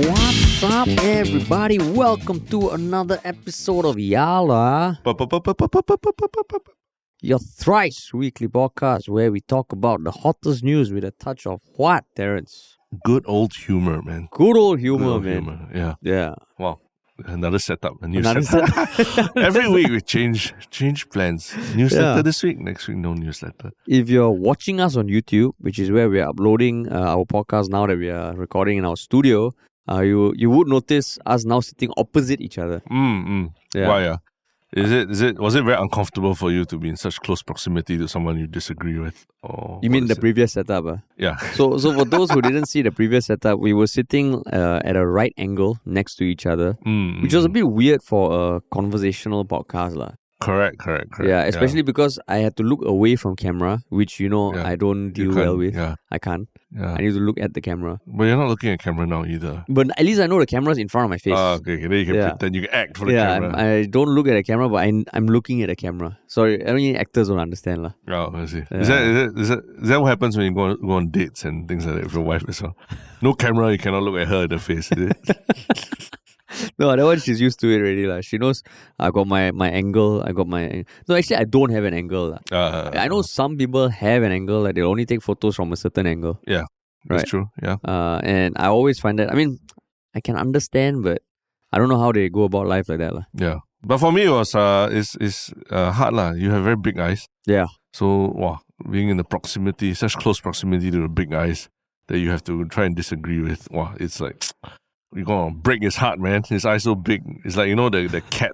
What's up, everybody? Welcome to another episode of Yala, your thrice weekly podcast where we talk about the hottest news with a touch of what, Terrence? Good old humor, man. Good old Good humor, old man. humor. Yeah. Yeah. Wow. Another setup. A new Another setup. Every week we change change plans. Newsletter Yeah. this week. Next week no newsletter. If you're watching us on YouTube, which is where we are uploading uh, our podcast now that we are recording in our studio, uh, you you would notice us now sitting opposite each other. Mm, mm. Yeah. Why? Yeah. Is it is it was it very uncomfortable for you to be in such close proximity to someone you disagree with? Or You what mean is the it? previous setup? Uh? yeah So, so for those who didn't see the previous setup, we were sitting uh, at a right angle next to each other, Mm, which was a mm. bit weird for a conversational podcast, lah. correct correct correct Yeah, especially because I had to look away from camera, which you know Yeah. I don't You deal can't- well with. yeah I can't. yeah I need to look at the camera, but you're not looking at camera now either but at least I know the camera's in front of my face. Ah, okay, okay then you can Yeah. pretend you can act for the yeah, I'm, camera I don't look at the camera, but I, I'm looking at the camera. Sorry, I mean actors don't understand, lah. Oh, I see. Is, that, is, that, is, that, is that what happens when you go on, go on dates and things like that with your wife as well? No camera, you cannot look at her in the face. Is it? No, that one she's used to it already, lah. She knows I got my my angle. I got my no. Actually, I don't have an angle, lah. Uh, I know some people have an angle that they only take photos from a certain angle. That's right. true. Yeah. Uh, and I always find that, I mean, I can understand, but I don't know how they go about life like that. lah. Yeah. But for me, it was uh, it's, it's uh, hard. lah. You have very big eyes. Yeah. So, wow, being in the proximity, such close proximity to the big eyes that you have to try and disagree with, wow, it's like, you're going to break his heart, man. His eyes so big. It's like, you know, the, the cat.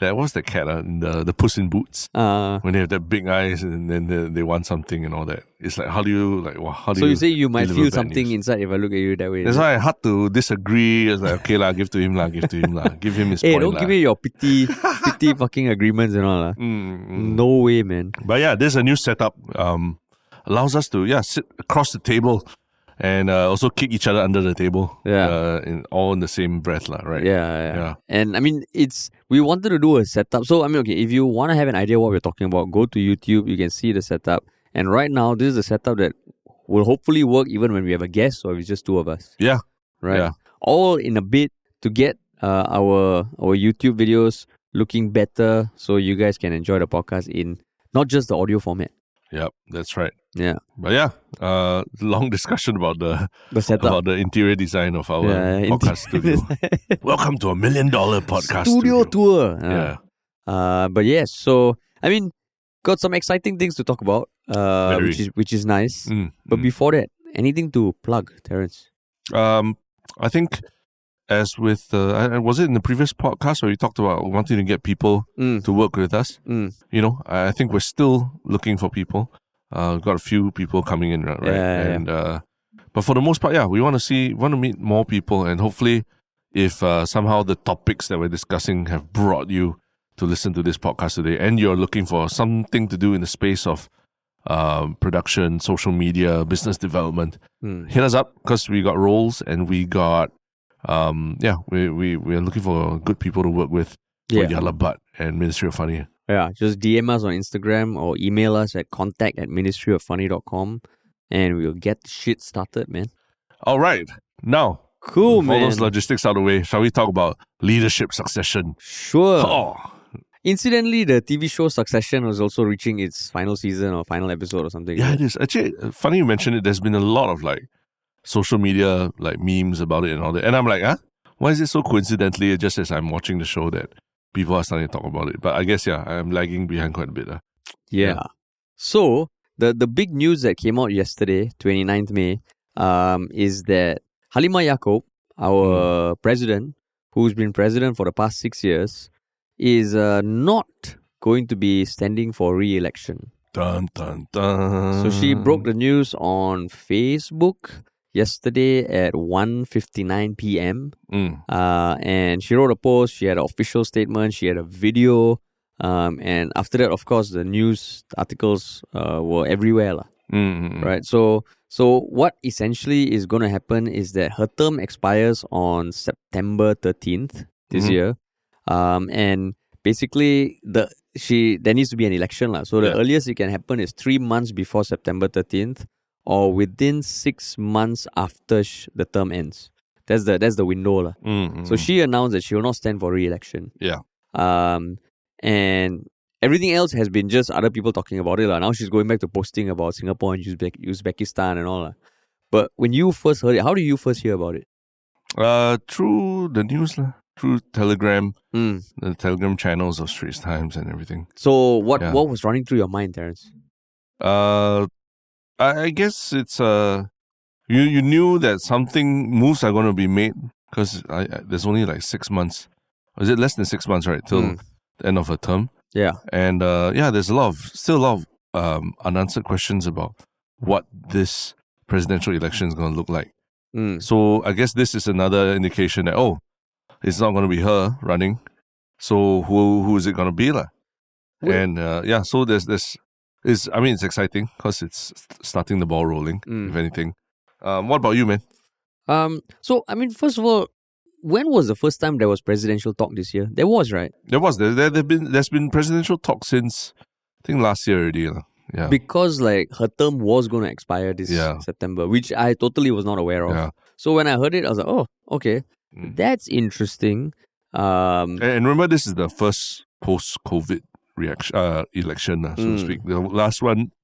That was the cat, uh, in the, the puss in boots. Uh, when they have that big eyes and then they, they want something and all that. It's like how do you like wow, how do so you you say you might deliver feel bad something news? inside if I look at you that way. That's is it? why I had to disagree. It's like okay lah, give to him lah, give to him lah, give him his Hey, point Eh, don't lah. give me your pity, pity fucking agreements and all. lah. Mm, mm. No way, man. But yeah, there's a new setup. Um, allows us to yeah sit across the table, and uh, also kick each other under the table. Yeah. uh, in all in the same breath lah. Right. Yeah, yeah, Yeah. And I mean, it's we wanted to do a setup. So I mean, okay, if you want to have an idea what we're talking about, go to YouTube. You can see the setup. And right now, this is the setup that will hopefully work even when we have a guest or if it's just two of us. Yeah. Right. Yeah. All in a bit to get uh, our our YouTube videos looking better, so you guys can enjoy the podcast in not just the audio format. Yep. That's right. Yeah. But yeah, uh, long discussion about the The setup. about the interior design of our Yeah, podcast interior studio. Welcome to a million dollar podcast studio tour. Uh, Yeah. Uh, but yes, so I mean, got some exciting things to talk about, uh, Very. which is which is nice. Mm, But mm. before that, anything to plug, Terrence? um, I think as with uh, I- I- was it in the previous podcast where we talked about wanting to get people Mm, to work with us? mm, You know, I I think we're still looking for people. Uh, we've got a few people coming in, right? right? Yeah, yeah, and uh, but for the most part, yeah, we want to see, want to meet more people, and hopefully, if uh, somehow the topics that we're discussing have brought you to listen to this podcast today, and you're looking for something to do in the space of um, production, social media, business development, mm. hit us up because we got roles and we got um yeah we we we're looking for good people to work with for Yeah, Yala Butt and Ministry of Funny. yeah. Just DM us on Instagram or email us at contact at ministryoffunny.com and we'll get the shit started, man. All right, now Cool, with all man. those logistics out of the way, shall we talk about leadership succession? sure. oh, Incidentally, the TV show Succession was also reaching its final season or final episode or something. yeah, it is actually uh, funny you mentioned it. There's been a lot of like social media like memes about it and all that, and I'm like, huh, why is it so coincidentally just as I'm watching the show that people are starting to talk about it? But I guess yeah, I'm lagging behind quite a bit. Uh. Yeah. Yeah. So the the big news that came out yesterday, 29th May, um, is that Halima Yacob, our president, who's been president for the past six years, is uh, not going to be standing for re-election. Dun dun dun. So she broke the news on Facebook yesterday at 1.59 p.m. Mm. Uh, and she wrote a post. She had an official statement. She had a video. Um, and after that, of course, the news articles uh, were everywhere, lah. Mm, mm, mm. right? So, so what essentially is going to happen is that her term expires on September thirteenth this Mhm. year, um, and basically the she there needs to be an election, lah. So the Yeah. earliest it can happen is three months before September thirteenth, or within six months after sh- the term ends. That's the that's the window lah. Mm, So mm, she announced that she will not stand for re-election. Yeah. Um, and everything else has been just other people talking about it lah. Now she's going back to posting about Singapore and Uzbek- Uzbekistan and all lah. But when you first heard it, how did you first hear about it? uh, through the news lah, through Telegram, Hmm. the Telegram channels of Straits Times and everything. So what Yeah. what was running through your mind, Terence? Uh, I, I guess it's uh, you you knew that something moves are going to be made because I, I there's only like six months, is it less than six months right till Mm. the end of her term? Yeah. and uh, yeah, there's a lot of still a lot of um, unanswered questions about what this presidential election is going to look like. Mm. So I guess this is another indication that oh, it's not going to be her running. So who who is it going to be lah? Wait. And uh, yeah, so there's this is I mean it's exciting because it's st- starting the ball rolling. Mm. If anything, um, what about you, man? Um. So I mean, first of all, when was the first time there was presidential talk this year? There was, right? There was there there have been there's been presidential talk since I think last year already lah. Yeah, Because like her term was going to expire this Yeah. September, which I totally was not aware of. yeah. So when I heard it, I was like, oh, okay, Mm. Eh. that's interesting. Um, And, and remember, this is the first post-COVID reaction uh, election, lah, so to Mm. speak. The last one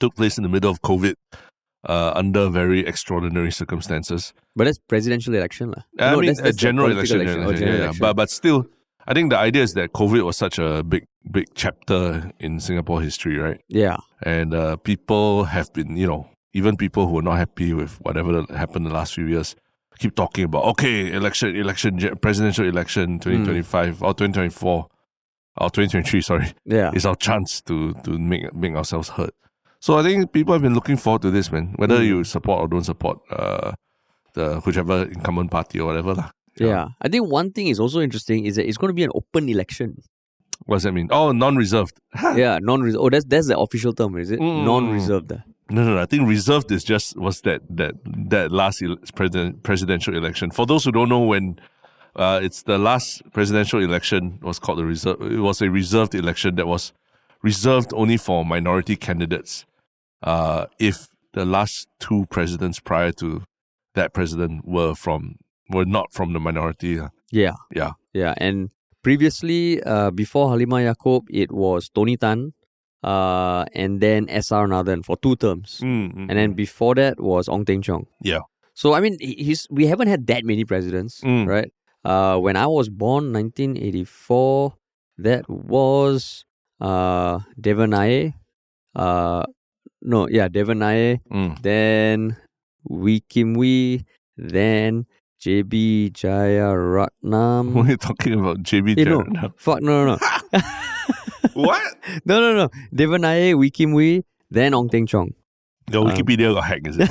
took place in the middle of COVID, uh, under very extraordinary circumstances. but that's presidential election, lah. I No, mean, uh, that's- a that's the general political election. election, yeah, Oh, yeah, general yeah. election. but but still, I think the idea is that COVID was such a big big chapter in Singapore history, right? Yeah, And uh, people have been, you know, even people who are not happy with whatever that happened the last few years. Keep talking about okay, election, election, ge- presidential election, Mm. twenty twenty five or twenty twenty four, or twenty twenty three. Sorry, yeah. it's our chance to to make make ourselves heard. So I think people have been looking forward to this, man. Whether Mm. you support or don't support uh, the whichever incumbent party or whatever lah. yeah, I think one thing is also interesting is that it's going to be an open election. What does that mean? Oh, non-reserved. yeah, non-reserved. Oh, that's that's the official term, is it? Mm. Non-reserved. No, no, no. I think reserved is just was that that that last ele- president, presidential election. For those who don't know, when uh, it's the last presidential election was called the reserve. It was a reserved election that was reserved only for minority candidates. Uh, if the last two presidents prior to that president were from were not from the minority, uh, Yeah, yeah, yeah. And previously, uh, before Halima Yacob, it was Tony Tan, uh, and then S.R. Nathan for two terms, and then before that was Ong Teng Cheong. yeah, So I mean, he- he's we haven't had that many presidents, Mm. right? Uh, when I was born, 1984, that was uh Devon Nair. Uh, no, yeah, Devon Nair. mm. Then Wee Kim Wee. Then JB Jayaratnam. we're talking about JB Hey, no. Jarrett now. Fuck no no no what? no no no. Devon Nair, Wee Kim Wee. Then Ong Teng Chong. The Um, Wikipedia got hacked, is it?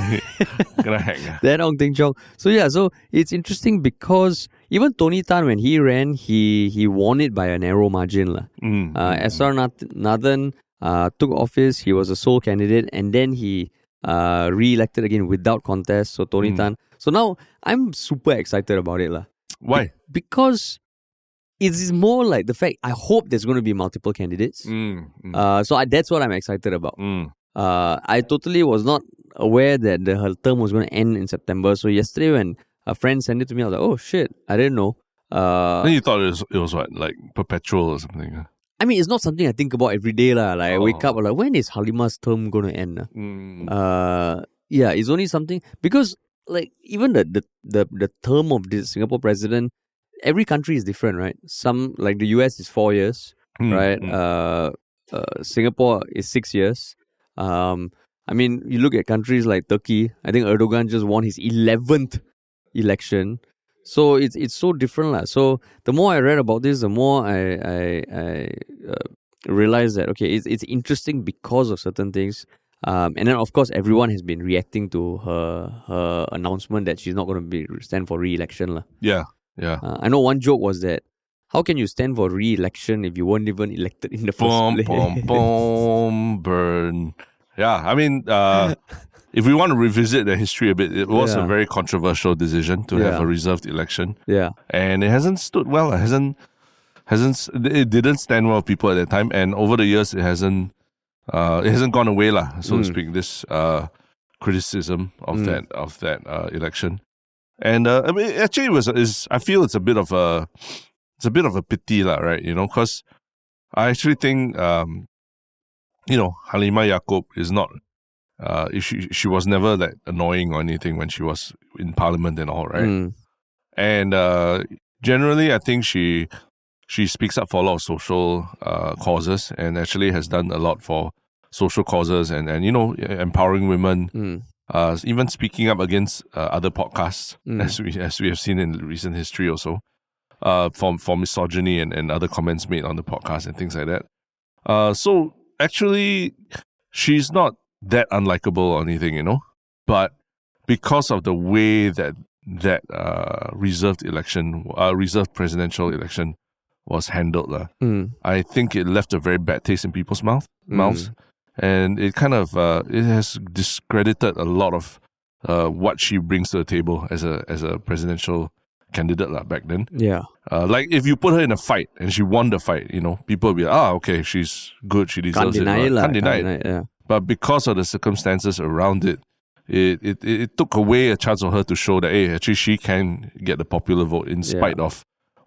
Gonna hack. ah. Then Ong Teng Cheong. So yeah, so it's interesting because even Tony Tan when he ran, he he won it by a narrow margin lah. Mm. Uh, S.R. Nath- Nathan uh, took office. He was a sole candidate, and then he uh, re-elected again without contest. So Tony Mm. Tan. So now I'm super excited about it lah Why? because it's more like the fact I hope there's going to be multiple candidates. Mm, mm, Uh, so I, that's what I'm excited about. mm. Uh, I totally was not aware that the her term was going to end in September. So yesterday, when a friend sent it to me, I was like, "Oh shit, I didn't know." Uh, then you thought it was, it was what, like perpetual or something? ah? I mean, it's not something I think about every day, lah. Like I wake Oh. up, I'm like, when is Halima's term going to end? ah?" Mm. Uh, yeah, it's only something because like even the the the, the term of this Singapore president, every country is different, right? Some like the US is four years, Mm, right? mm. Uh, uh, Singapore is six years. Um, I mean, you look at countries like Turkey. I think Erdogan just won his eleventh election, so it's it's so different, lah. So the more I read about this, the more I I, I uh, realized that okay, it's it's interesting because of certain things. Um, and then of course everyone has been reacting to her her announcement that she's not going to be stand for re-election, lah. yeah, yeah. Uh, I know one joke was that how can you stand for re-election if you weren't even elected in the first Boom, place? boom, boom, burn. Yeah, I mean, uh, if we want to revisit the history a bit, it was Yeah. a very controversial decision to have Yeah. a reserved election, yeah, and it hasn't stood well. It hasn't, hasn't. s- It didn't stand well with people at that time, and over the years, it hasn't. Uh, it hasn't gone away, lah, so to Mm. speak. This uh, criticism of Mm. that of that uh, election. And uh, I mean, actually, it was is I feel it's a bit of a it's a bit of a pity, lah, right? You know, because I actually think um, you know Halima Yacob is not. Uh, if she she was never like annoying or anything when she was in parliament and all, right? Mm. And uh, generally, I think she she speaks up for a lot of social uh, causes and actually has done a lot for social causes and and you know empowering women Mm. uh, even speaking up against uh, other podcasts, Mm. as we as we have seen in recent history also, uh, for for misogyny and, and other comments made on the podcast and things like that. Uh, so actually, she's not that unlikable or anything, you know, but because of the way that that uh, reserved election, uh, reserved presidential election, was handled, lah. Mm. I think it left a very bad taste in people's mouth mouths, and it kind of uh, it has discredited a lot of uh, what she brings to the table as a as a presidential candidate lah back then. Yeah. Uh, like if you put her in a fight and she won the fight, you know, people will be like, ah okay, she's good, she Can't deserves deny it. it. lah." lah, Can't deny it. Yeah. But because of the circumstances around it. It, it it it took away a chance of her to show that hey actually she can get the popular vote in Yeah. spite of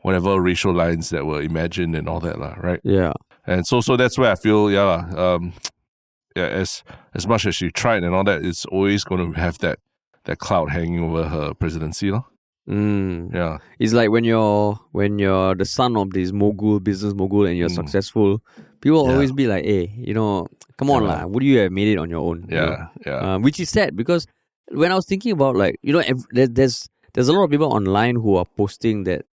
whatever racial lines that were imagined and all that lah right Yeah. and so so that's where I feel yeah lah, um yeah as as much as she tried and all that it's always going to have that that cloud hanging over her presidency lor. Mm. yeah It's like when you're when you're the son of this mogul, business mogul, and you're Mm. successful, people will Yeah. always be like, "Hey, you know, come on, Yeah. lah. Would you have made it on your own?" You know? yeah yeah Um, which is sad because when I was thinking about like you know ev- there, there's there's a lot of people online who are posting that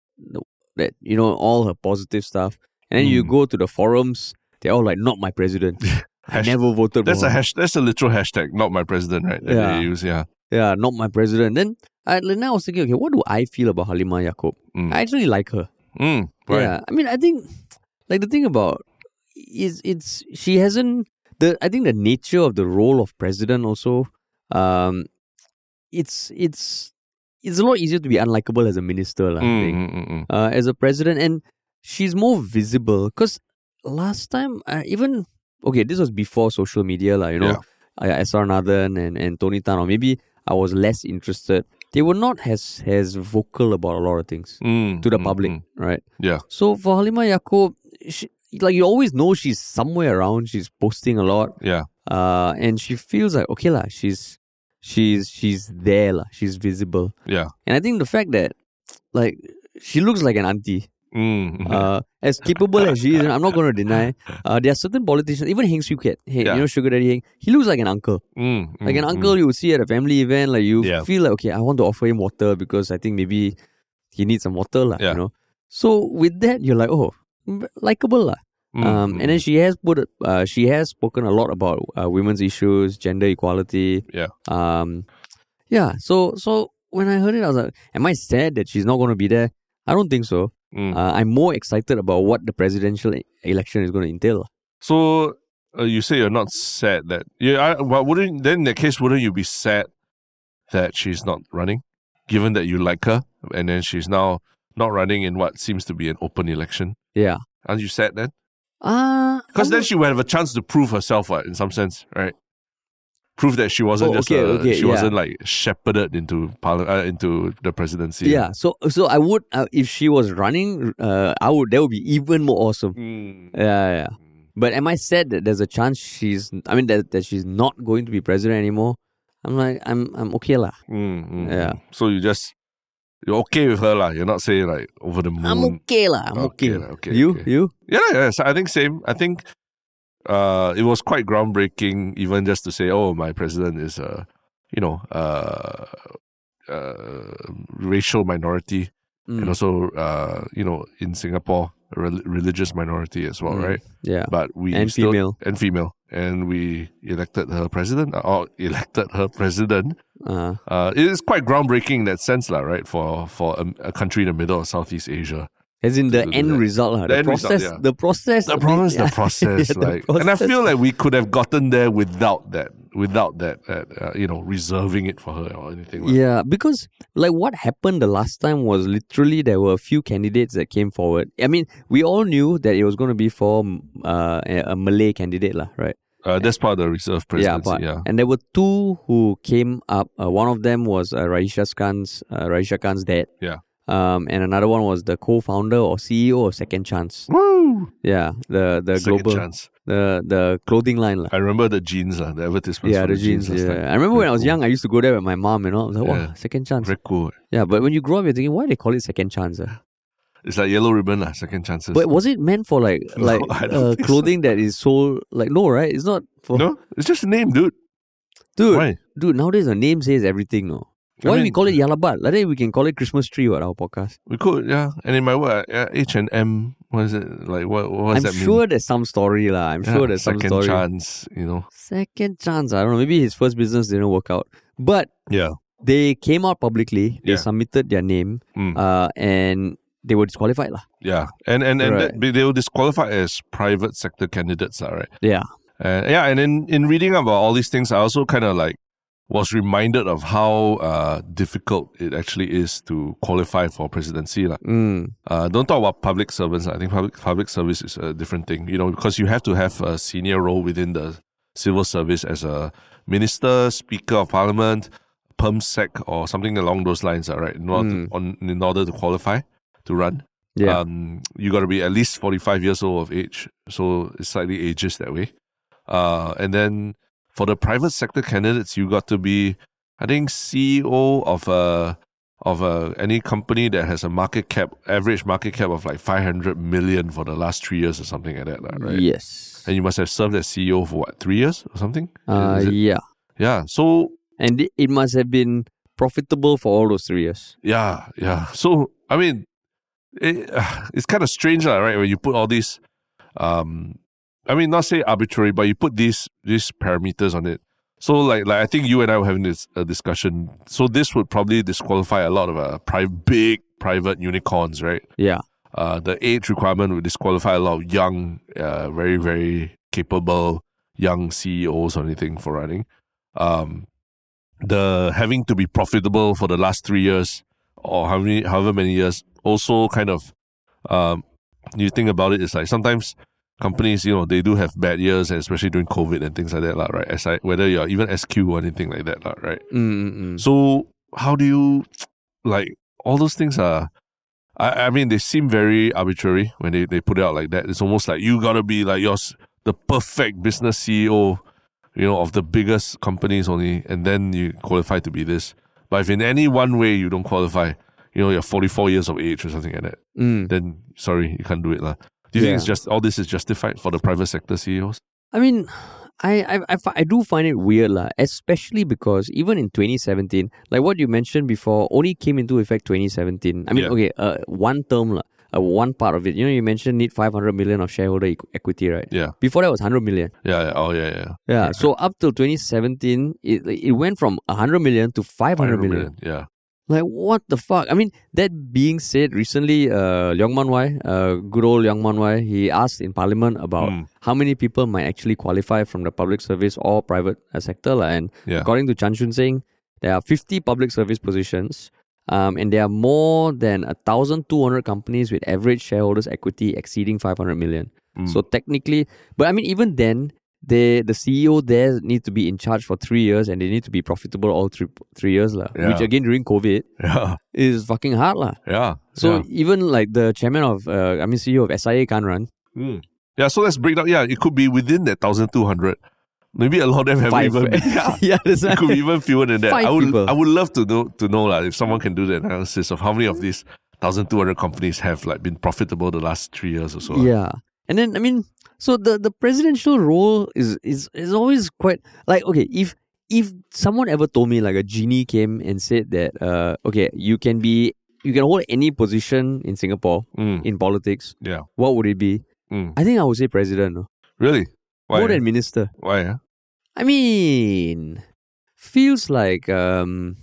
that you know all her positive stuff, and then you Mm. go to the forums, they're all like, "Not my president. I Hash- never voted that's for a her. hash that's a literal hashtag not my president right that Yeah. they use yeah yeah, not my president." Then I then I was thinking, okay, what do I feel about Halima Yacob? Mm. I actually like her. mm, right Yeah, I mean, I think like the thing about is it's she hasn't the I think the nature of the role of president also um it's it's it's a lot easier to be unlikable as a minister lah, I Mm, think mm, mm, mm. uh, as a president and she's more visible because last time uh, even okay this was before social media like you know uh, SR Nathan and, and Tony Tan or maybe I was less interested they were not as as vocal about a lot of things Mm, to the mm, public, mm. right? Yeah. So for Halima Yacob, she, like you always know she's somewhere around. She's posting a lot, yeah uh, and she feels like okay lah. She's she's she's there lah. She's visible, yeah and I think the fact that like she looks like an auntie, mm, mm. uh, as capable as she is, and I'm not going to deny. Uh, there are certain politicians, even Heng Swee Keat, hey, Yeah. you know Sugar Daddy Heng, he looks like an uncle, mm, mm, like an mm. uncle you would see at a family event. Like you Yeah. feel like okay, I want to offer him water because I think maybe he needs some water, lah. Yeah. You know. So with that, you're like, oh, m- likable, lah. Mm, um, mm, and then she has put, uh, she has spoken a lot about uh, women's issues, gender equality. Yeah. Um, yeah. So so when I heard it, I was like, am I sad that she's not going to be there? I don't think so. mm. Uh, I'm more excited about what the presidential e- election is going to entail. lah. So uh, you say you're not sad that yeah. I, but wouldn't then in that case wouldn't you be sad that she's not running, given that you like her and then she's now not running in what seems to be an open election? Yeah. Aren't you sad then? Uh, Because I'm then not- she would have a chance to prove herself, what in some sense, right? Prove that she wasn't Oh, just okay, a, okay, she yeah. wasn't like shepherded into parliament uh, into the presidency. yeah. So so I would uh, if she was running, uh, I would that would be even more awesome. Mm. Yeah, yeah. yeah. But am I sad that there's a chance she's? I mean, that, that she's not going to be president anymore. I'm like, I'm I'm okay lah. Mm, mm, Yeah. mm. So you just you're okay with her, lah. You're not saying like over the moon. I'm okay lah. I'm okay. lah, Mm. okay, you okay. you Yeah, yeah. So I think same. I think uh, it was quite groundbreaking, even just to say, "Oh, my president is a, you know, uh, uh, racial minority, Mm, and also, uh, you know, in Singapore, a rel- religious minority as well, mm, right? Yeah, But we and still female. and female, and we elected her president uh, or elected her president. Uh, Uh, it is quite groundbreaking in that sense, lah, right? For for um, a, a country in the middle of Southeast Asia. as in the To do end that. result lah. The The, end result, process. yeah. The process. the of problem it, is yeah. the process, Yeah, the like, and I process. feel like we could have gotten there without that, without that, that uh, you know, reserving it for her or anything. Like Yeah, because like what happened the last time was literally there were a few candidates that came forward. I mean, we all knew that it was going to be for um, uh, a a Malay candidate, lah, right? that. Uh, that's part of the reserve presidency. but- Yeah. And there were two who came up. Uh, one of them was uh, Raisha Khan's uh, Raisha Khan's dad. Yeah. Um, and another one was the co-founder or CEO of Second Chance. Woo! Yeah, the the Second global chance. the the clothing line lah. I remember the jeans, uh, the advertisements. Yeah, the for jeans. last Yeah, time. I remember when I was Very young, I used to go there with my mom. You know, I was like, wow, Yeah. Second Chance. Very cool. Yeah, but when you grow up, you're thinking, why they call it Second Chance? ah? It's like yellow ribbon, uh, second chances. But was it meant for like No, like I don't uh, think so. clothing that is so like no right? It's not for no, it's just a name, dude. dude. Why? Dude, nowadays the name says everything. No, I why we mean- call it Yalabat? Like that we can call it Christmas tree. What our podcast? We could, yeah. And in my work, uh, H and M, what is it like? What, what I'm does that mean? sure there's some story lah. I'm sure Yeah, there's some second story. chance, you know. Second chance. I don't know. Maybe his first business didn't work out, but Yeah, they came out publicly. They Yeah. submitted their name, Mm. uh, and they were disqualified lah. yeah. And and and Right. that, they were disqualified as private sector candidates, all right. Yeah, Uh, yeah, and in, in reading about all these things, I also kind of like was reminded of how uh, difficult it actually is to qualify for presidency. lah. mm. Uh, don't talk about public servants. I think public public service is a different thing, you know, because you have to have a senior role within the civil service as a minister, speaker of parliament, perm sec, or something along those lines. All right, in order, to, on, in order to qualify to run, yeah, um, you got to be at least forty five years old of age, so it's slightly ages that way. Uh, and then for the private sector candidates, you got to be, I think, CEO of a of a, any company that has a market cap, average market cap of like five hundred million for the last three years or something like that, lah, right? yes, And you must have served as CEO for what three years or something? uh, Is it- yeah. yeah. So and it- it must have been profitable for all those three years. yeah, yeah. So I mean, it, it's kind of strange, lah, right? When you put all these, um, I mean, not say arbitrary, but you put these these parameters on it. So like like I think you and I were having this uh, discussion. So this would probably disqualify a lot of uh, pri- big private unicorns, right? Yeah, Uh, the age requirement would disqualify a lot of young, uh, very very capable young CEOs or anything for running. Um, the having to be profitable for the last three years or how many, however many years also kind of um, you think about it, it's like sometimes companies, you know, they do have bad years, and especially during COVID and things like that, lah, right? As I, whether you're even SQ or anything like that, lah, right? Mm-mm-mm. So how do you like all those things are? I, I mean, they seem very arbitrary when they, they put it out like that. It's almost like you gotta be like yours the perfect business CEO, you know, of the biggest companies only, and then you qualify to be this. But if in any one way you don't qualify, you know, you're 44 years of age or something like that, Mm. then sorry, you can't do it, lah. Do you Yeah. think it's just all this is justified for the private sector E CEOs? I mean, I I, I, fi- I do find it weird lah, especially because even in 2017, like what you mentioned before, only came into effect 2017. I mean, Yeah. okay, uh, one term lah, uh, one part of it. You know, you mentioned need 500 million of shareholder equ- equity, right? Yeah. Before that was 100 million. Yeah. yeah. Oh, yeah. Yeah. Yeah. So up till 2017, it it went from 100 million to 500 500 million. million. Yeah. Like what the fuck? I mean, that being said, recently, uh, Leong Man Wai, uh, good old Leong Man Wai, he asked in Parliament about Mm. how many people might actually qualify from the public service or private uh, sector, lah. And Yeah. according to Chan Chun Singh, there are 50 public service positions, um, and there are more than 1,200 companies with average shareholders' equity exceeding 500 million. Mm. So technically, but I mean, even then, they, the CEO there need to be in charge for three years, and they need to be profitable all three three years, lah. Which Yeah. again, during COVID Yeah. is fucking hard lah. Yeah. So yeah. even like the chairman of, uh, I mean CEO of SIA can't run. Mm. Yeah, so let's break down. Yeah, it could be within that thousand two hundred. Maybe a lot of them haven't Five. even. Been, yeah, yeah, that's it right. could be even fewer than that. Five I would. people. I would love to know to know like, if someone can do the analysis of how many of these thousand two hundred companies have like been profitable the last three years or so. ah. lah. Yeah, and then I mean, so the the presidential role is is is always quite like okay if. If someone ever told me like a genie came and said that uh okay you can be you can hold any position in Singapore Mm, in politics Yeah. what would it be mm. I think I would say president no? Really? Why? more than minister Why? ah? I mean, feels like um,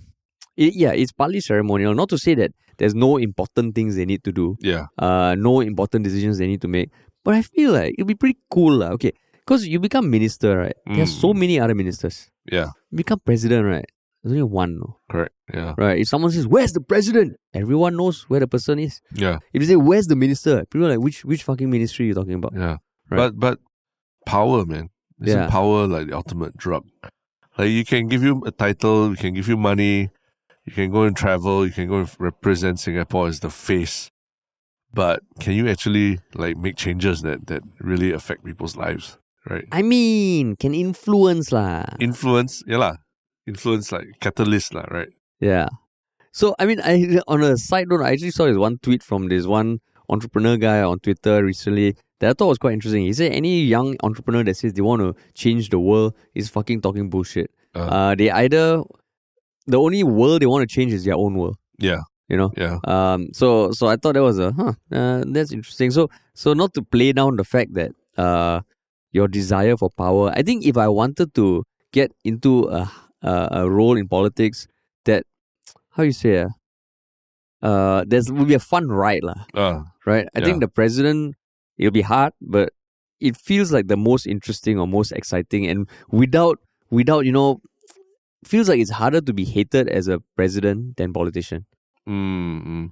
it, yeah, it's partly ceremonial. Not to say that there's no important things they need to do, Yeah. uh, no important decisions they need to make. But I feel like it'd be pretty cool, lah. Okay, because you become minister, right? There's so Mm. many other ministers. Yeah. Become president, right? There's only one, no? Correct. Yeah. right? If someone says, "Where's the president?" Everyone knows where the person is. Yeah. If you say, "Where's the minister?" People are like, "Which which fucking ministry are you talking about?" Yeah. Right. But but power, man. Isn't Yeah. power like the ultimate drug? Like you can give you a title, we can give you money, you can go and travel, you can go and represent Singapore as the face. But can you actually like make changes that, that really affect people's lives? Right? I mean, can influence lah. Influence, yeah lah. Influence like catalyst lah, right? Yeah. So I mean, I on a side note, I actually saw this one tweet from this one entrepreneur guy on Twitter recently that I thought was quite interesting. He said any young entrepreneur that says they want to change the world is fucking talking bullshit. Uh. Uh, they either the only world they want to change is their own world. Yeah. You know. Yeah. Um, so so I thought that was a huh. Uh, that's interesting. So so not to play down the fact that uh, your desire for power. I think if I wanted to get into a a, a role in politics, that how you say ah, uh, there's will be a fun ride lah, Uh, right? I think the president it'll be hard, but it feels like the most interesting or most exciting, and without without you know. Feels like it's harder to be hated as a president than politician. mm, mm.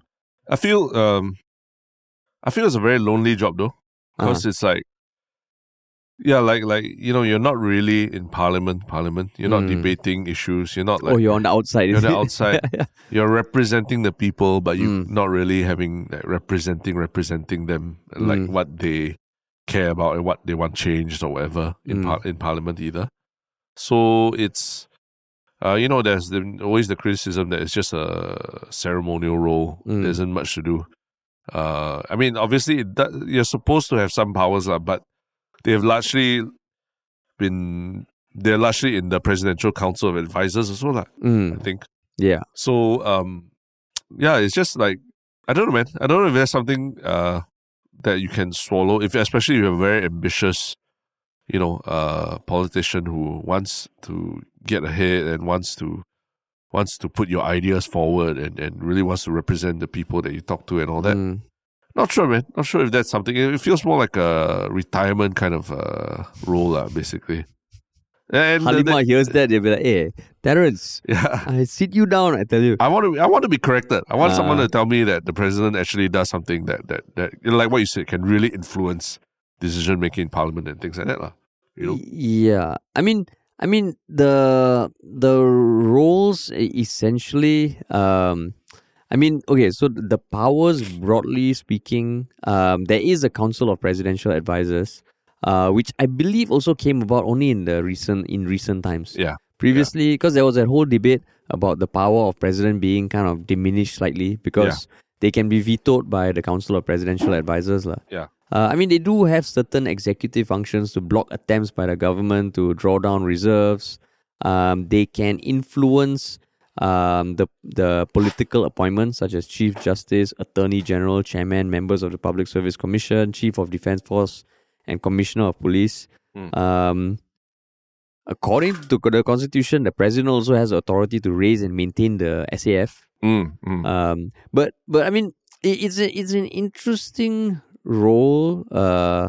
I feel um I feel it's a very lonely job though. Uh, because it's like yeah like like you know you're not really in parliament parliament you're not Mm. debating issues you're not like oh, you're on the outside. you're is the it? outside you're representing the people but you're Mm. not really having like representing representing them like Mm. what they care about and what they want changed or whatever Mm. in par- in parliament either so it's uh, you know there's the, always the criticism that it's just a ceremonial role Mm. there isn't much to do uh, i mean obviously it do- you're supposed to have some powers lah, but they have largely been they're largely in the presidential council of advisors also lah, i Mm, think yeah. so um yeah, it's just like I don't know, man. I don't know if there's something uh that you can swallow if especially if you're a very ambitious, you know, uh politician who wants to get ahead and wants to wants to put your ideas forward and, and really wants to represent the people that you talk to and all that. Mm. Not sure, man. Not sure if that's something. It it feels more like a retirement kind of uh role, lah, basically. And the- the- Halima hears that, they'll be like, hey, Terrence, yeah. I sit you down, I tell you. I want to. I want to be corrected. I want someone Ah. to tell me that the president actually does something that that that you know, like what you said can really influence decision making in parliament and things like that, lah. You know. Y- Yeah. I mean, I mean the the roles e- essentially um I mean, okay, so th- the powers broadly speaking, um there is a council of presidential advisors uh which I believe also came about only in the recent in recent times. Yeah. Previously because there was a whole debate about the power of president being kind of diminished slightly because they can be vetoed by the council of presidential advisors lah. Uh, I mean, they do have certain executive functions to block attempts by the government to draw down reserves. Um, they can influence um, the the political appointments, such as chief justice, attorney general, chairman, members of the Public Service Commission, chief of defense force, and commissioner of police. Mm. Um, according to the constitution, the president also has authority to raise and maintain the SAF. Mm, mm. Um, but but I mean, it, it's a, it's an interesting role. Uh,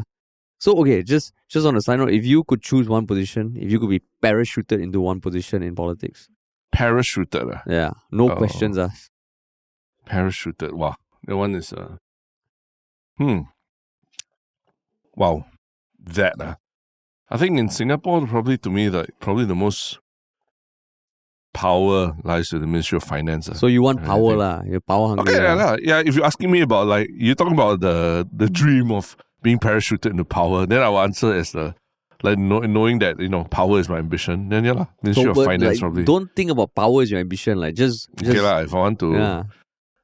so okay, just just on a side note, if you could choose one position, if you could be parachuted into one position in politics, Parachuted, ah. yeah, no Oh. questions ah. asked. parachuted. Wow, that one is uh, hmm. Wow, that ah. I think in Singapore, probably to me, like probably the most power lies with the Ministry of Finance. ah. So you want I power, think- lah? You're power hungry. Okay, yeah, lah. lah. yeah. If you're asking me about like you're talking about the the dream of being parachuted into power, then I will answer as the like know, knowing that you know power is my ambition. Then yeah, lah. Ministry So, of but, Finance like, probably. Don't think about power as your ambition, like just, just okay, lah. If I want to, yeah.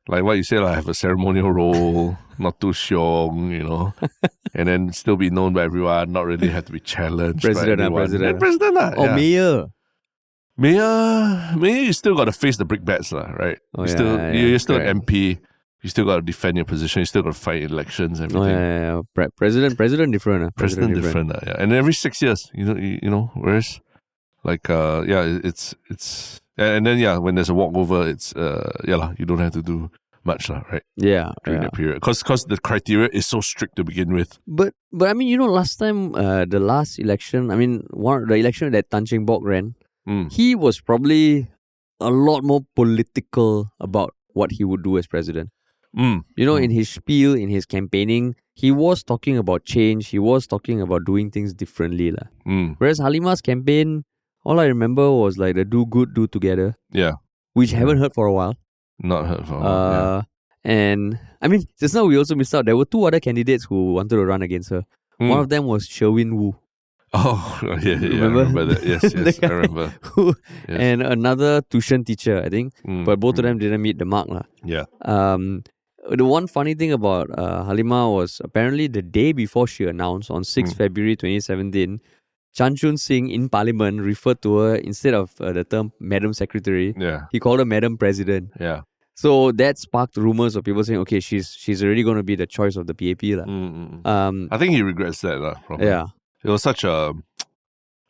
like what you say, like have a ceremonial role, not too strong, you know, and then still be known by everyone, not really have to be challenged. President, by ah, anyone. president. Oh, Yeah, president, lah. Or yeah. mayor. Mayor, mayor, you still got to face the big bats, lah, right? Oh, you still, yeah, you- yeah, you're still correct. an MP. You still got to defend your position. You still got to fight elections, everything. Oh, yeah, yeah, yeah. Pre- president, president different. ah. president different, uh, yeah. And every six years, you know, you, you know, whereas like uh, yeah, it- it's it's and and then yeah, when there's a walkover, it's uh, yeah lah, you don't have to do much lah, right? Yeah, During yeah. that period, because the criteria is so strict to begin with. But but I mean, you know, last time uh, the last election, I mean, one the election that Tan Cheng Bock ran, Mm. he was probably a lot more political about what he would do as president. Mm. You know, in his spiel, in his campaigning, he was talking about change. He was talking about doing things differently. lah. Mm. Whereas Halima's campaign, all I remember was like the do good, do together, Yeah. which I haven't heard for a while. Not her for. Oh, yeah. Uh, And I mean, just now we also missed out. There were two other candidates who wanted to run against her. Mm. One of them was Sherwin Wu, Oh, yeah, yeah, yeah. I Remember? remember that. Yes, The yes, I guy- remember. who, Yes. and another tuition teacher, I think. Mm, But both mm. of them didn't meet the mark. lah. Yeah. Um, the one funny thing about uh, Halima was apparently the day before she announced on 6 Mm. February 2017, Chan Chun Singh in Parliament referred to her instead of uh, the term Madam Secretary, Yeah. he called her Madam President. Yeah. So that sparked rumors of people saying, okay, she's she's already going to be the choice of the PAP. lah. Mm, mm, mm. Um, I think he regrets that. lah. probably. yeah, It was such a.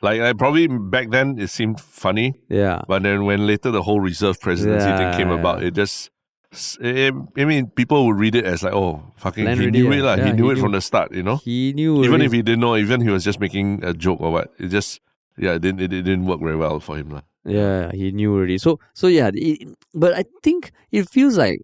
Like, like, probably back then it seemed funny, yeah. but then when later the whole reserve presidency thing came Yeah. about, it just. s- It, I mean, people would read it as like, oh, fucking, Plan he already, knew it, yeah. lah. Yeah, he knew he it knew. from the start, you know? He knew. even already- if he didn't know, even he was just making a joke or what, it just, yeah, it didn't, it, it didn't work very well for him. lah. Yeah, he knew already. So so yeah, it, but I think it feels like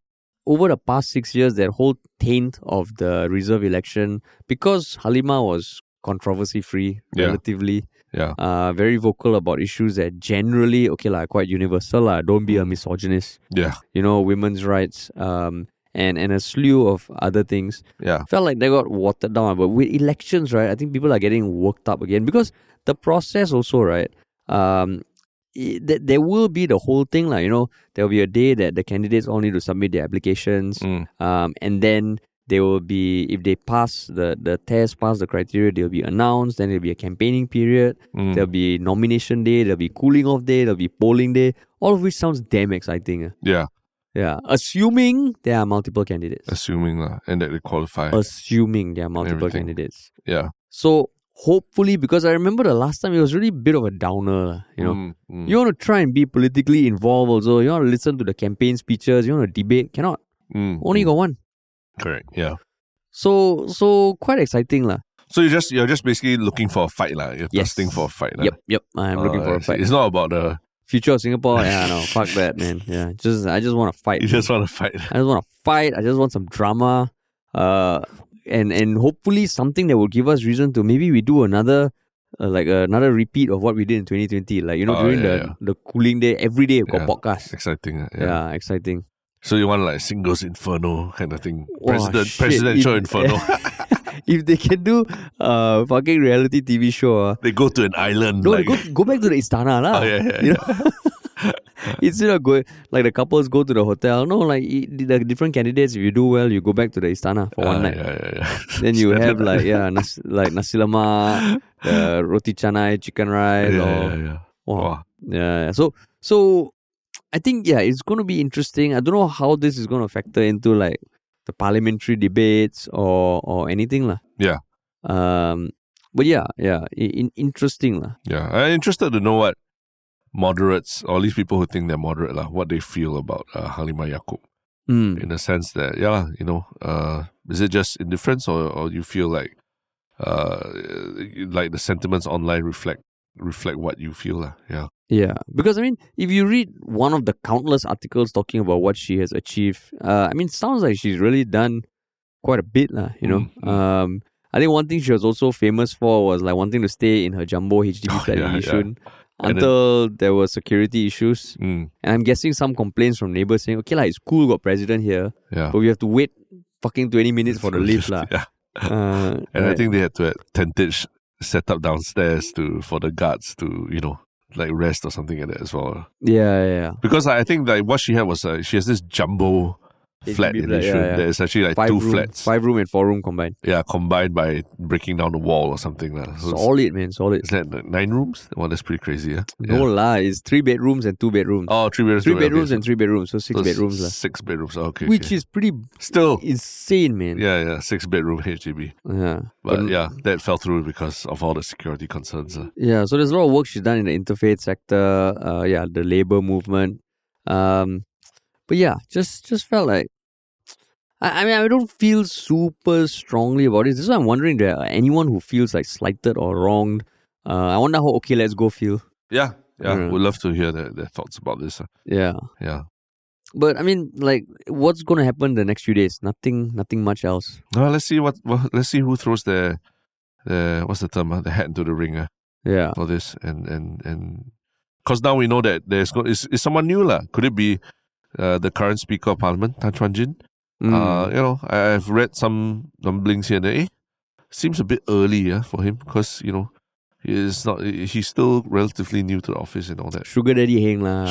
over the past six years, that whole taint of the reserve election, because Halima was controversy free, Yeah. relatively, Yeah. uh, very vocal about issues that generally okay like quite universal lah. Don't be a misogynist, Yeah. you know, women's rights, um, and and a slew of other things. Yeah. Felt like they got watered down, but with elections, right? I think people are getting worked up again because the process also, right? Um, it, th- there will be the whole thing, like you know, there will be a day that the candidates all need to submit their applications, Mm. um, and then they will be if they pass the the test, pass the criteria, they'll be announced. Then there'll be a campaigning period. Mm. There'll be nomination day. There'll be cooling off day. There'll be polling day. All of which sounds damn exciting. eh. Yeah. Yeah, assuming there are multiple candidates. Assuming, lah, and that they qualify. assuming there are multiple Everything. candidates. yeah. So hopefully, because I remember the last time it was really a bit of a downer. lah, You know, Mm, mm, you want to try and be politically involved. Also, you want to listen to the campaign speeches. You want to debate. Cannot. mm, Only mm. got one. Correct. Yeah. So so quite exciting lah. So you just you're just basically looking for a fight, like you're Yes. thirsting for a fight. lah. Yep yep. I'm Ah, looking for I a see. fight. It's not about the Future of Singapore. Yeah, no, fuck that, man. Yeah, just I just want to fight. you just want to fight. I just want to fight. I just want some drama. Uh, and and hopefully something that will give us reason to maybe we do another. Uh, like uh, another repeat of what we did in 2020 like you know Oh, during yeah, the yeah. the cooling day every day we've got Yeah. podcast Exciting. ah, Yeah. yeah. exciting So you want like singles inferno kind of thing. Wah, President shit, presidential it- inferno. if they can do uh fucking reality tv show uh, they go to an island. no like, go, go back to the istana lah oh yeah, yeah. you know instead of going like the couples go to the hotel no like i- the different candidates if you do well you go back to the istana for yeah. one Ah, night Yeah, yeah, yeah. Then you Standard. have like yeah, nas- like nasi lemak, uh, roti canai, chicken rice, yeah, or yeah, yeah. Wow. Wah. yeah. yeah. So so, I think yeah, it's going to be interesting. I don't know how this is going to factor into like the parliamentary debates or or anything lah. Yeah. Um. But yeah, yeah, i- in, interesting lah. Yeah. I'm interested to know what moderates or at least people who think they're moderate lah, what they feel about uh, Halima Yacob. Mm. in the sense that yeah lah, you know uh is it just indifference or or you feel like uh like the sentiments online reflect reflect what you feel lah. yeah Yeah, because I mean, if you read one of the countless articles talking about what she has achieved, uh, I mean, it sounds like she's really done quite a bit, lah. You know, Mm, mm. um, I think one thing she was also famous for was like wanting to stay in her jumbo HDB Oh, flat yeah, in yeah. Yishun And until there were security issues, mm, and I'm guessing some complaints from neighbors saying, "Okay, like it's cool, got president here, yeah but we have to wait fucking twenty minutes for the lift, lah." yeah Uh, and i right. think they had to have tentage set up downstairs to for the guards to you know like rest or something like that as well yeah, yeah, yeah. because like, i think like what she had was uh, she has this jumbo It flat be in like- Yishun yeah, yeah. that is actually like five two room, flats five room and four room combined. yeah combined by breaking down the wall or something lah. So it's- Solid, man, solid. Is that nine rooms? Well, that's pretty crazy, yeah. No yeah. lah, it's three bedrooms and two bedrooms. Oh, three bedrooms. three okay, okay. bedrooms and three bedrooms, so six So s- bedrooms lah. Six bedrooms. oh, Okay. Which okay. is pretty still, insane, man. yeah, yeah, six bedroom HDB. Yeah. But yeah, that fell through because of all the security concerns. uh. Yeah, so there's a lot of work she's done in the interfaith sector, uh, yeah, the labor movement. Um, but yeah, just just felt like I, I mean I don't feel super strongly about this. This is why I'm wondering there are anyone who feels like slighted or wronged. Uh, I wonder how okay let's go feel. Yeah, yeah. Yeah. We'd love to hear their, their thoughts about this. uh. Yeah. Yeah. But I mean, like, what's going to happen the next few days? Nothing, nothing much else. Well, let's see what. Well, let's see who throws the, the what's the term? ah, The hat into the ring ah, Yeah. for this, and and and because now we know that there's go- is is someone new lah. Could it be uh, the current Speaker of Parliament Tan Chuan Jin? Mm. Uh, you know, I, I've read some rumblings here and there. Eh, seems a bit early yeah, for him because you know he is not. he- He's still relatively new to the office and all that. Sugar Daddy Heng lah.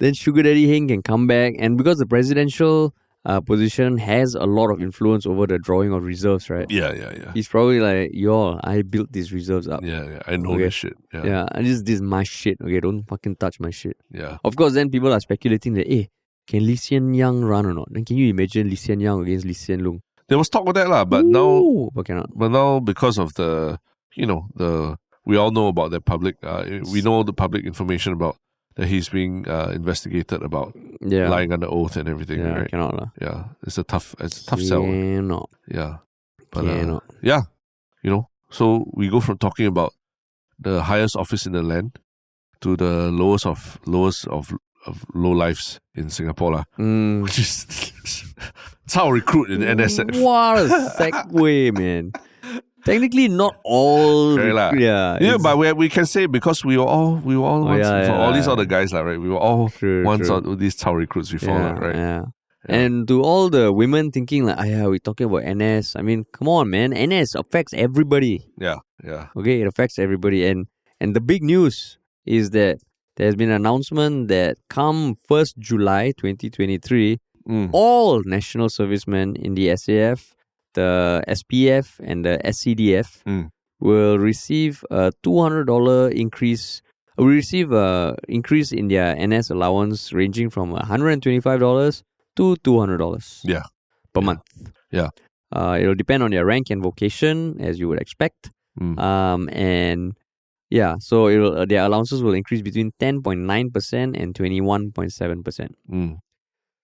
then Sugar Daddy Heng can come back, and because the presidential uh, position has a lot of influence over the drawing of reserves, right? yeah, yeah, yeah, He's probably like, y'all, I built these reserves up. yeah, yeah. I know Okay. this shit. Yeah, yeah. Yeah, and this this is my shit. Okay, don't fucking touch my shit. Of course, then people are speculating that, hey, can Lee Hsien Yang run or not? Then can you imagine Lee Hsien Yang against Lee Hsien Loong? There was talk of that lah, but now Ooh, but cannot. But now, because of the, you know, the we all know about the public. Uh, we know the public information about that he's being uh, investigated about Yeah, lying under oath and everything. yeah, right? cannot lah. Yeah, it's a tough, it's a tough sell. Cannot, Yeah, but uh, cannot. yeah, you know. So we go from talking about the highest office in the land to the lowest of lowest of of low lives in Singapore, lah. Mm. Which is it's how recruit in NSF. What a segue, man. Technically, not all. Correct lah. recruit- Yeah, Yeah, it's but we, we can say because we were all we were all Oh, once yeah, for yeah, all these yeah. other guys like right we were all true, once true. on these tower recruits before yeah, lah, right yeah. Yeah. And to all the women thinking like, "Ayah, we talking about NS." I mean, come on, man. NS affects everybody. yeah yeah Okay, it affects everybody. And and the big news is that there's been an announcement that come first July 2023, Mm. all national servicemen in the SAF, the SPF, and the SCDF Mm. will receive a $200 increase. Will receive a increase in their NS allowance ranging from $125 to $200. Yeah. per Yeah. month. Yeah. Uh, it'll depend on your rank and vocation, as you would expect. Mm. Um, and yeah, so it'll, uh, their allowances will increase between 10.9% and 21.7%. Mm.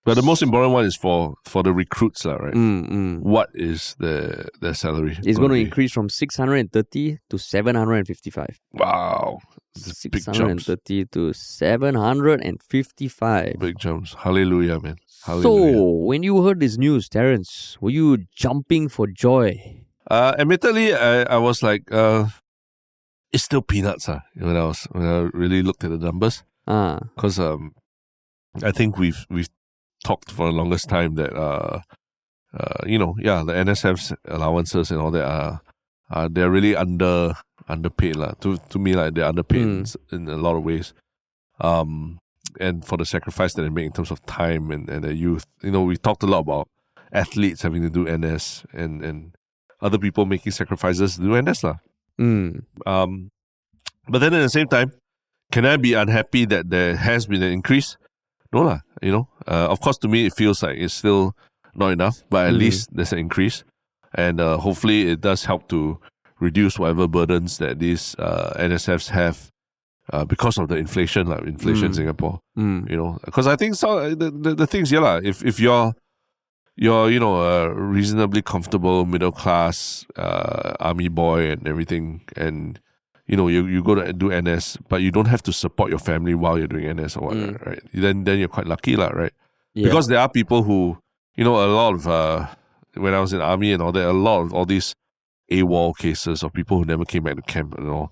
but the most important one is for for the recruits lah, right Mm, mm. what is the their salary It's going to be? increase from 630 to 755. wow It's big jumps 630 to 755. big jumps hallelujah man So, hallelujah when you heard this news, Terrence, were you jumping for joy? uh admittedly I I was like uh it's still peanuts ah when I was when I really looked at the numbers Ah, because um, I think we've we've talked for the longest time that uh, uh, you know, yeah, the NSF's allowances and all that are, are they're really under underpaid lah. To to me, like they're underpaid in Mm. s- in a lot of ways. Um, and for the sacrifice that they make in terms of time and and their youth, you know, we talked a lot about athletes having to do NS and and other people making sacrifices to do NS lah. mm, Um, but then at the same time, can I be unhappy that there has been an increase? No lah, you know. Uh, of course, to me it feels like it's still not enough, but at Mhm. least there's an increase, and uh, hopefully it does help to reduce whatever burdens that these uh, NSFs have uh, because of the inflation, like inflation in Mm. Singapore mm, you know because i think so the, the, the things yeah lah. if if you're you're you know a reasonably comfortable middle class uh, army boy and everything and you know you you go to do ns but you don't have to support your family while you're doing ns or whatever right then then you're quite lucky lah, right yeah. because there are people who you know a lot of uh, when i was in army and all that a lot of all these awol cases of people who never came back to camp and all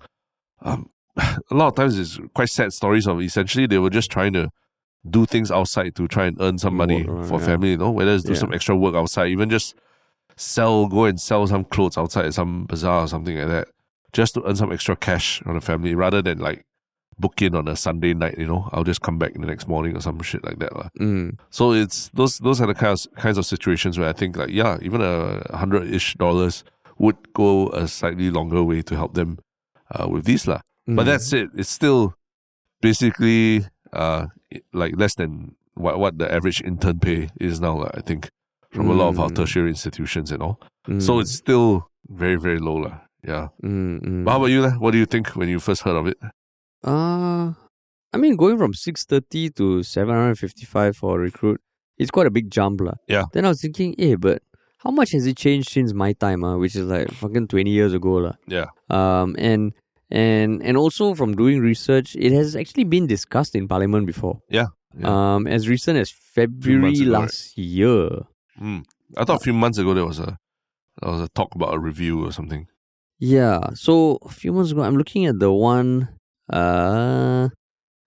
um, a lot of times it's quite sad stories of essentially they were just trying to do things outside to try and earn some money Work around, for yeah. family you know whether it's do Yeah. some extra work outside even just sell go and sell some clothes outside at some bazaar or something like that just to earn some extra cash on the family rather than like book in on a sunday night you know i'll just come back in the next morning or some shit like that lah. Mm, So it's those those are the kinds kinds of situations where I think like yeah, even a hundred ish dollars would go a slightly longer way to help them uh, with these lah. But mm. that's it. It's still basically uh, i- like less than what what the average intern pay is now. lah, I think from a lot of our Mm. tertiary institutions and all. So Mm, it's still very very low lah. Yeah. mm, mm. But how about you? lah? What do you think when you first heard of it? Uh I mean going from six thirty to seven hundred fifty five for a recruit, it's quite a big jump lah. Yeah. Then I was thinking, eh, but how much has it changed since my time, uh, which is like fucking twenty years ago lah. Yeah. Um and and and also from doing research, it has actually been discussed in parliament before. Yeah. Yeah. Um, as recent as February ago, right? last year. Mm. I thought a few months ago there was a there was a talk about a review or something. Yeah. So a few months ago, I'm looking at the one uh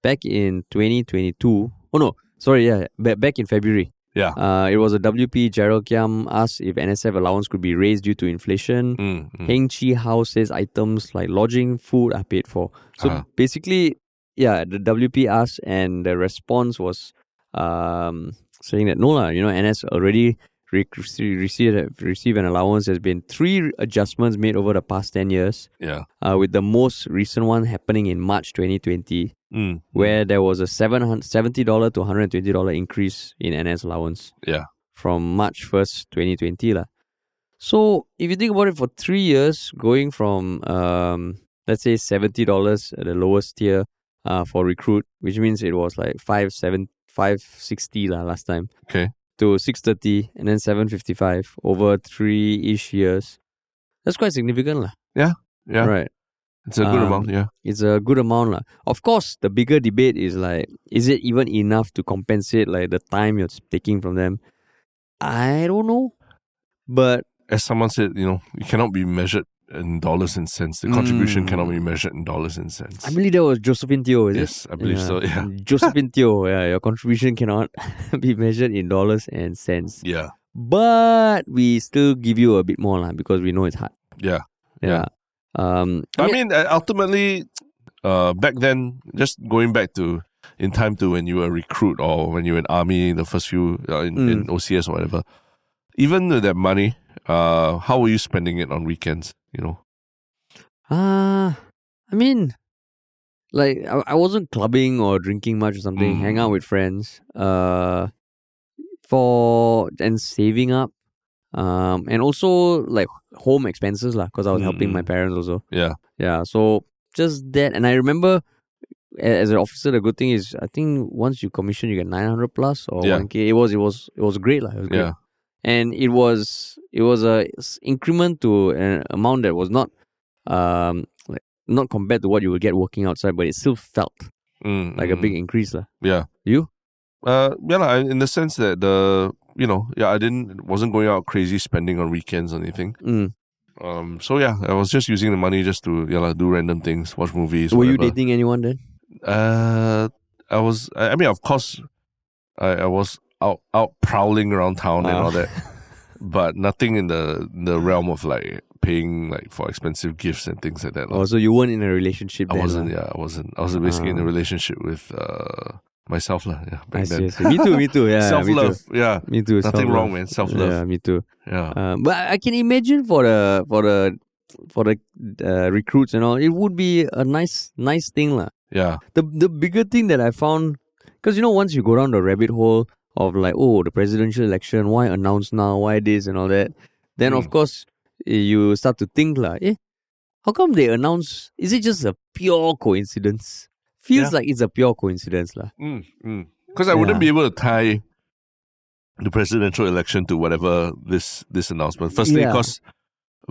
back in 2022. Oh no, sorry. Yeah, ba- back in February. Yeah. Uh, it was a WP Gerald Kiam asked if NSF allowance could be raised due to inflation. Mm, mm. Heng Chi Hao says items like lodging, food are paid for. So Ah. basically, yeah, the WP asked, and the response was um, saying that no, lah, you know, NS already rec- received, received an allowance. There's been three adjustments made over the past 10 years, Yeah. uh, with the most recent one happening in March 2020, Mm. where there was a $700 $70 to $120 increase in NS allowance Yeah. from March 1st, 2020. lah. So if you think about it for three years, going from, um, let's say, $70 at the lowest tier uh, for recruit, which means it was like 5 7 560 lah last time. Okay. To 630 and then 755 over three ish years. That's quite significant. lah. Yeah. Right. It's a good Um, amount. Yeah. It's a good amount. lah. Of course, the bigger debate is like, is it even enough to compensate like the time you're taking from them? I don't know. But As someone said, you know, it cannot be measured in dollars and cents. The contribution Mm. cannot be measured in dollars and cents. I believe that was Josephine Teo, is yes, I it? believe so. Yeah. Josephine Teo, yeah, your contribution cannot be measured in dollars and cents. Yeah. But we still give you a bit more lah because we know it's hard. Yeah. Yeah. Yeah. Um I mean, uh, ultimately, uh, back then, just going back to in time to when you were a recruit or when you were in army, the first few uh, in, in Hmm. OCS or whatever, even with that money, uh, how were you spending it on weekends? You know, Ah, I mean, like I, I wasn't clubbing or drinking much or something. Mm. Hang out with friends. Uh, for and saving up. Um, and also like home expenses lah, because I was helping my Mm. parents also. Yeah. Yeah. So just that, and I remember. a- As an officer, the good thing is, I think once you commission, you get nine hundred plus or Yeah. one k. It was, it was, it was great, lah. It was great yeah, and it was it was a s- increment to an amount that was not um like not compared to what you would get working outside, but it still felt Mm, like a mm. big increase, lah. yeah, You? uh, yeah, lah, in the sense that the you know, yeah, I didn't wasn't going out crazy spending on weekends or anything. Mm. Um, so yeah, I was just using the money just to yeah, lah, do random things, watch movies. Were you whatever. dating anyone then? Uh, I was. I I mean, of course, I, I was out out prowling around town and Ah. all that, but nothing in the in the realm of like paying like for expensive gifts and things like that. lah. Or so you weren't in a relationship Oh. I then? wasn't. lah? Yeah, I wasn't. I was basically in Ah. a relationship with uh myself lah. Yeah, back I then. see, I see. Me too, me too. Yeah, me self too. love. Yeah, Me too. nothing self-love. wrong, man. Self love. Yeah, me too. Yeah. Um, but I I can imagine for the for the for the uh, recruits and all, it would be a nice nice thing, lah. yeah, the the bigger thing that I found, because you know, once you go down the rabbit hole of like, oh, the presidential election, why announce now, why this and all that, then of Hmm. course eh, you start to think like, eh, how come they announce? Is it just a pure coincidence? Feels like it's a pure coincidence, lah. Because Mm, I wouldn't Yeah. be able to tie the presidential election to whatever this this announcement. Firstly, Yeah. because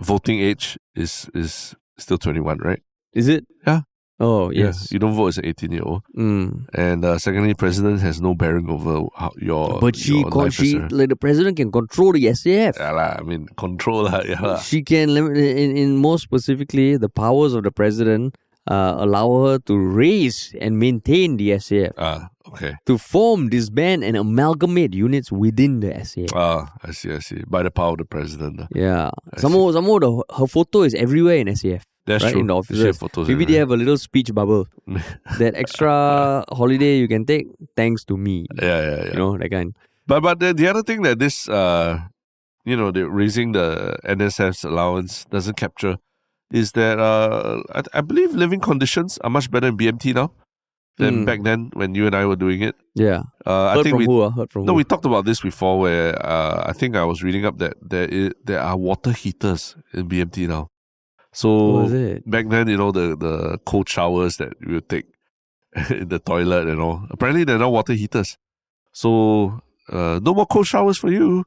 voting age is is still twenty one, right? Is it? Yeah. Oh Yeah. yes. you don't vote as an eighteen year old, Mm. and uh, secondly, president has no bearing over how your But she, your con- life as she, a- like the president can control the SAF. Yeah lah, I mean control lah, yeah lah. she can limit in, in more specifically the powers of the president uh, allow her to raise and maintain the SAF Ah, okay. to form disband and amalgamate units within the SAF Ah, I see, I see. By the power of the president, uh. lah. yeah I some see. more some more the, her photo is everywhere in SAF that's right true. in the She have offices photos maybe they everywhere. have a little speech bubble that extra holiday you can take thanks to me Yeah, yeah, yeah. you know that kind But but the, the other thing that this uh you know the raising the NSF's allowance doesn't capture is that uh I, I believe living conditions are much better in BMT now than Hmm. back then when you and I were doing it. yeah Uh, I heard think from we who ah? heard from who no we talked about this before where uh I think I was reading up that there is, there are water heaters in BMT now. Who So Oh, is it back then you know the the cold showers that we would take in the toilet and all. Apparently there are no water heaters, so uh, no more cold showers for you.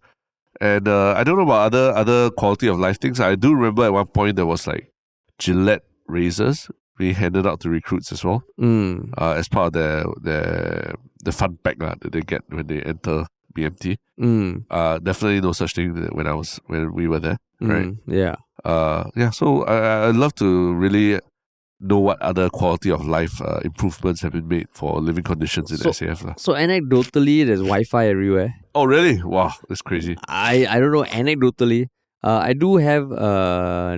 And uh, I don't know about other other quality of life things. I do remember at one point there was like Gillette razors we handed out to recruits as well mm. uh, as part of their their the fun pack lah that they get when they enter BMT. Mm, Uh, definitely no such thing that when I was when we were there. Right. mm, Yeah. Uh, yeah. So I I- I'd love to really know what other quality of life uh, improvements have been made for living conditions in So- SAF lah. So anecdotally, there's Wi-Fi everywhere. Oh really? Wow, that's crazy. I I don't know. Anecdotally, uh, I do have a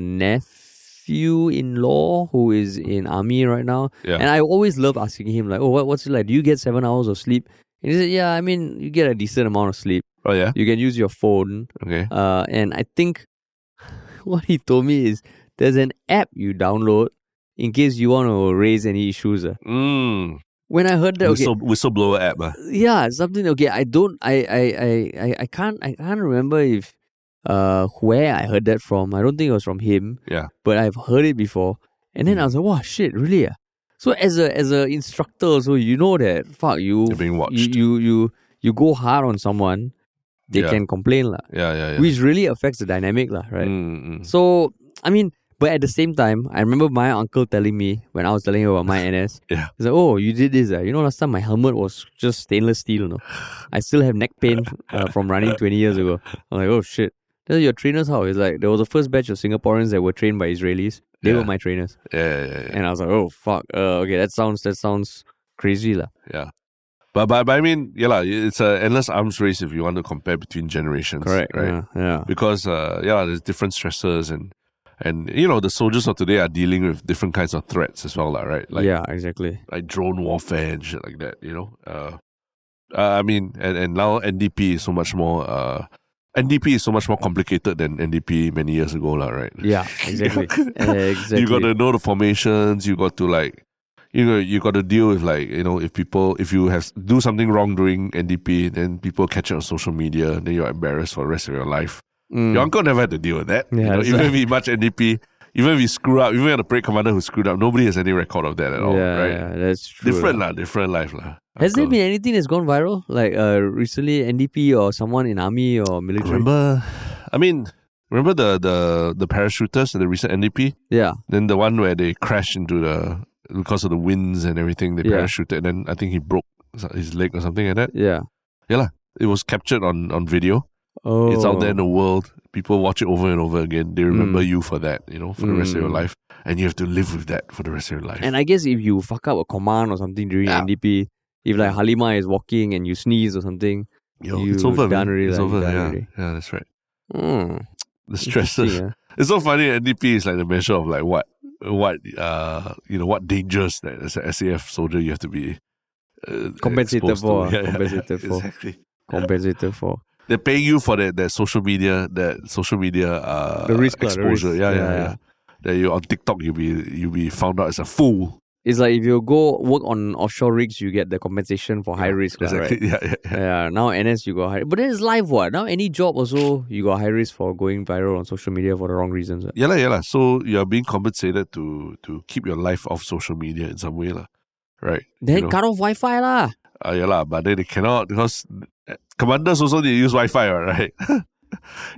nephew-in-law who is in army right now, Yeah. and I always love asking him like, "Oh, what, what's it like? Do you get seven hours of sleep?" And he said, "Yeah, I mean, you get a decent amount of sleep. Oh yeah. You can use your phone, Okay. uh, and I think what he told me is there's an app you download in case you want to raise any issues. ah. Mm. When I heard that, okay, Whistle, whistleblower app. ah. yeah something okay i don't i i i i, I can't i can't remember if uh where i heard that from i don't think it was from him Yeah. Hmm. but i've heard it before and then i was like wow shit really ah?" so as a as a instructor also you know that fuck you You're being watched. you you you, you go hard on someone they Yeah. can complain lah, yeah, yeah, yeah. which really affects the dynamic lah, right Mm, mm. so I mean, but at the same time, I remember my uncle telling me when I was telling him about my NS. Yeah. He's like, "Oh, you did this? Uh. You know, last time my helmet was just stainless steel. No, I still have neck pain uh, from running twenty years ago. I'm like, oh shit. Then your trainers how? It's like there was a first batch of Singaporeans that were trained by Israelis. They were Yeah. my trainers, Yeah, yeah, yeah. and I was like, oh fuck. Uh, okay, that sounds that sounds crazy lah. But, but but I mean, yeah, lah. It's an endless arms race if you want to compare between generations. Right. Yeah. yeah. because uh, yeah, there's different stressors and and you know the soldiers of today are dealing with different kinds of threats as well, lah, right? Like yeah, exactly. like drone warfare and shit like that. You know, uh, uh, I mean, and, and now NDP is so much more. Uh, NDP is so much more complicated than NDP many years ago, lah, right? Yeah, exactly. exactly. You got to know the formations. You got to like, you know, you got to deal with like, you know, if people, if you have do something wrong during NDP, then people catch it on social media, then you're embarrassed for the rest of your life. Mm. Your uncle never had to deal with that. you Yeah, know, that's even right. if he much NDP, even if he screw up, even if the parade commander who screwed up, nobody has any record of that at all, right? yeah, yeah, that's true. different lah. lah, different life lah. Has there Uncle. been anything that's gone viral? Like uh, recently, NDP or someone in army or military? Remember, I mean, remember the the the parachuters and the recent NDP. Yeah, Then the one where they crashed into the because of the winds and everything, they Yeah. parachuted. And then I think he broke s- his leg or something like that. yeah. It was captured on on video. Oh, It's out there in the world. People watch it over and over again. They remember you for that, you know, for the rest of your Mm. life, and you have to live with that for the rest of your life. And I guess if you fuck up a command or something during Yeah. NDP, if like Halima is walking and you sneeze or something, Yo, You it's over. done man. already, like, it's you over. done yeah. already. yeah, that's right. mm, The interesting, stresses. yeah. It's so funny. NDP is like the measure of like what, what, uh, you know, what dangers that as an SAF soldier you have to be uh, Compensated exposed to. for, Yeah, yeah, yeah, compensated for. Exactly. compensated for. They're paying you for that, that social media, that social media uh, The risk lah, the exposure. risk. Yeah, yeah, Yeah, yeah. yeah. That you on TikTok, you'll be you'll be found out as a fool. It's like if you go work on offshore rigs, you get the compensation for high risk, lah, Exactly. right? Yeah, yeah, yeah. Yeah, now NS you got high, but then it's live what? Now any job also you got high risk for going viral on social media for the wrong reasons. what. Yeah, lah, yeah, lah. So you are being compensated to to keep your life off social media in some way, lah. Right. Then know. cut off Wi-Fi lah. Uh, yeah lah, but then they cannot because uh, commanders also they use Wi-Fi, what, right?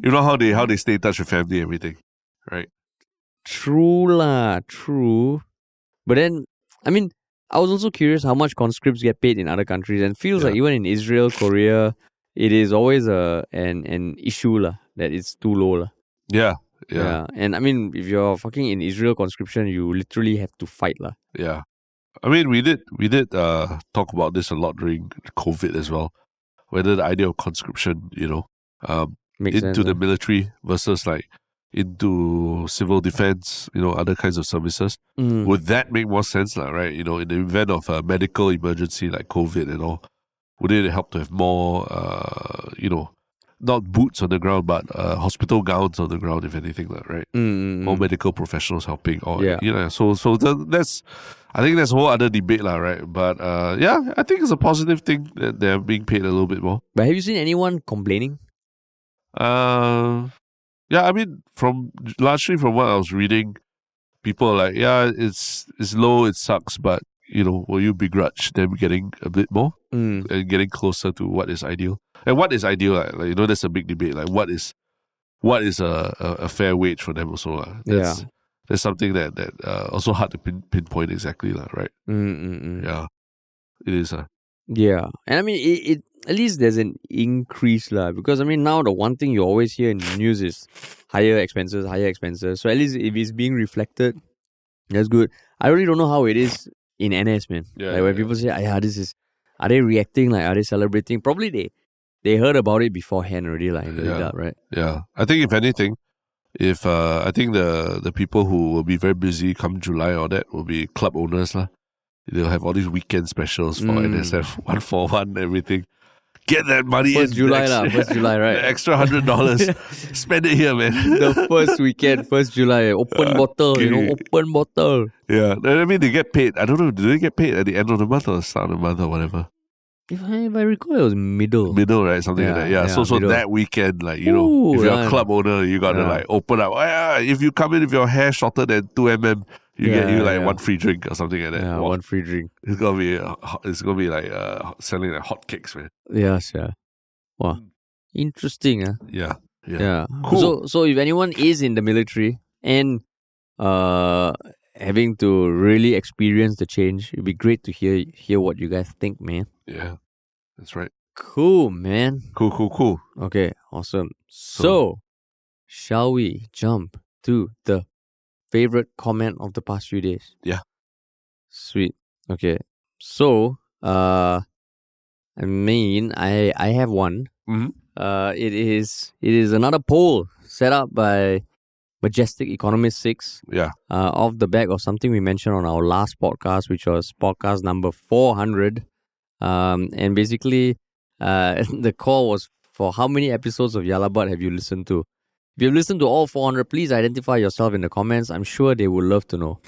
you know how they how they stay in touch with family, and everything. True lah, true. But then, I mean, I was also curious how much conscripts get paid in other countries, and feels Yeah. like even in Israel, Korea, it is always a an an issue lah that it's too low lah. Yeah, yeah, and I mean, if you're fucking in Israel conscription, you literally have to fight lah. yeah. I mean, we did we did uh talk about this a lot during COVID as well. Whether the idea of conscription, you know, um, Makes into sense. eh? the lah. military versus like into civil defense, you know, other kinds of services. Mm. Would that make more sense, lah? Right? You know, in the event of a medical emergency like COVID and all, would it help to have more, uh, you know, not boots on the ground, but uh, hospital gowns on the ground, if anything, lah? Right? Mm, mm, More mm. medical professionals helping, or Yeah. you know, so so the, that's, I think that's a whole other debate, lah? Right? But uh, yeah, I think it's a positive thing that they're being paid a little bit more. But have you seen anyone complaining? Uh, yeah, I mean, from largely from what I was reading, people are like, yeah, it's it's low, it sucks, but you know, will you begrudge them getting a bit more Mm. and getting closer to what is ideal? And what is ideal? Like, like you know, that's a big debate. Like, what is what is a, a, a fair wage for them also? lah. That's, Yeah. that's something that that uh, also hard to pin, pinpoint exactly, lah. Right? Mm, mm, mm. Yeah, it is. Uh, Yeah, and I mean, it, it at least there's an increase lah. Because I mean, now the one thing you always hear in the news is higher expenses, higher expenses. So at least if it's being reflected, that's good. I really don't know how it is in NS, man. Yeah, like yeah, when yeah. people say, "Ah, "Yeah, this is," are they reacting? Like, are they celebrating? Probably they they heard about it beforehand already, like in the Yeah. result, right? Yeah, I think if anything, if uh, I think the the people who will be very busy come July or that will be club owners lah. They'll have all these weekend specials for Mm. NSF one for one everything. Get that money First in July the lah, extra- first July, right? the extra hundred dollars. Spend it here, man. the first weekend, first July, open bottle, you know, open bottle. yeah, I mean they get paid. I don't know. Do they get paid at the end of the month or the start of the month or whatever? If I, if I recall, it was middle. Middle, right? Something like Yeah, that. Yeah. yeah, so so middle. that weekend, like you know, Ooh, if you're a right. club owner, you gotta Yeah. like open up. Oh, yeah, if you come in with your hair shorter than two mm, you get Yeah, you like yeah. one free drink or something like that. yeah, Wow. one free drink. It's gonna be uh, ho- it's gonna be like uh, selling like hotcakes, man. Yes, yeah. Wow. Interesting, huh? Yeah. Hmm. Yeah. Yeah. Cool. So so if anyone is in the military and uh having to really experience the change, it'd be great to hear hear what you guys think, man. Yeah. That's right. Cool, man. Cool, cool, cool. Okay, awesome. So, So- shall we jump to the favorite comment of the past few days? Yeah. Sweet. Okay. So, uh I mean, I I have one. Mhm. Uh it is it is another poll set up by Majestic Economist 6 Yeah. uh, off the back of something we mentioned on our last podcast, which was podcast number 400. Um, and basically, uh, the call was for how many episodes of Yalabat have you listened to? If you've listened to all 400, please identify yourself in the comments. I'm sure they would love to know.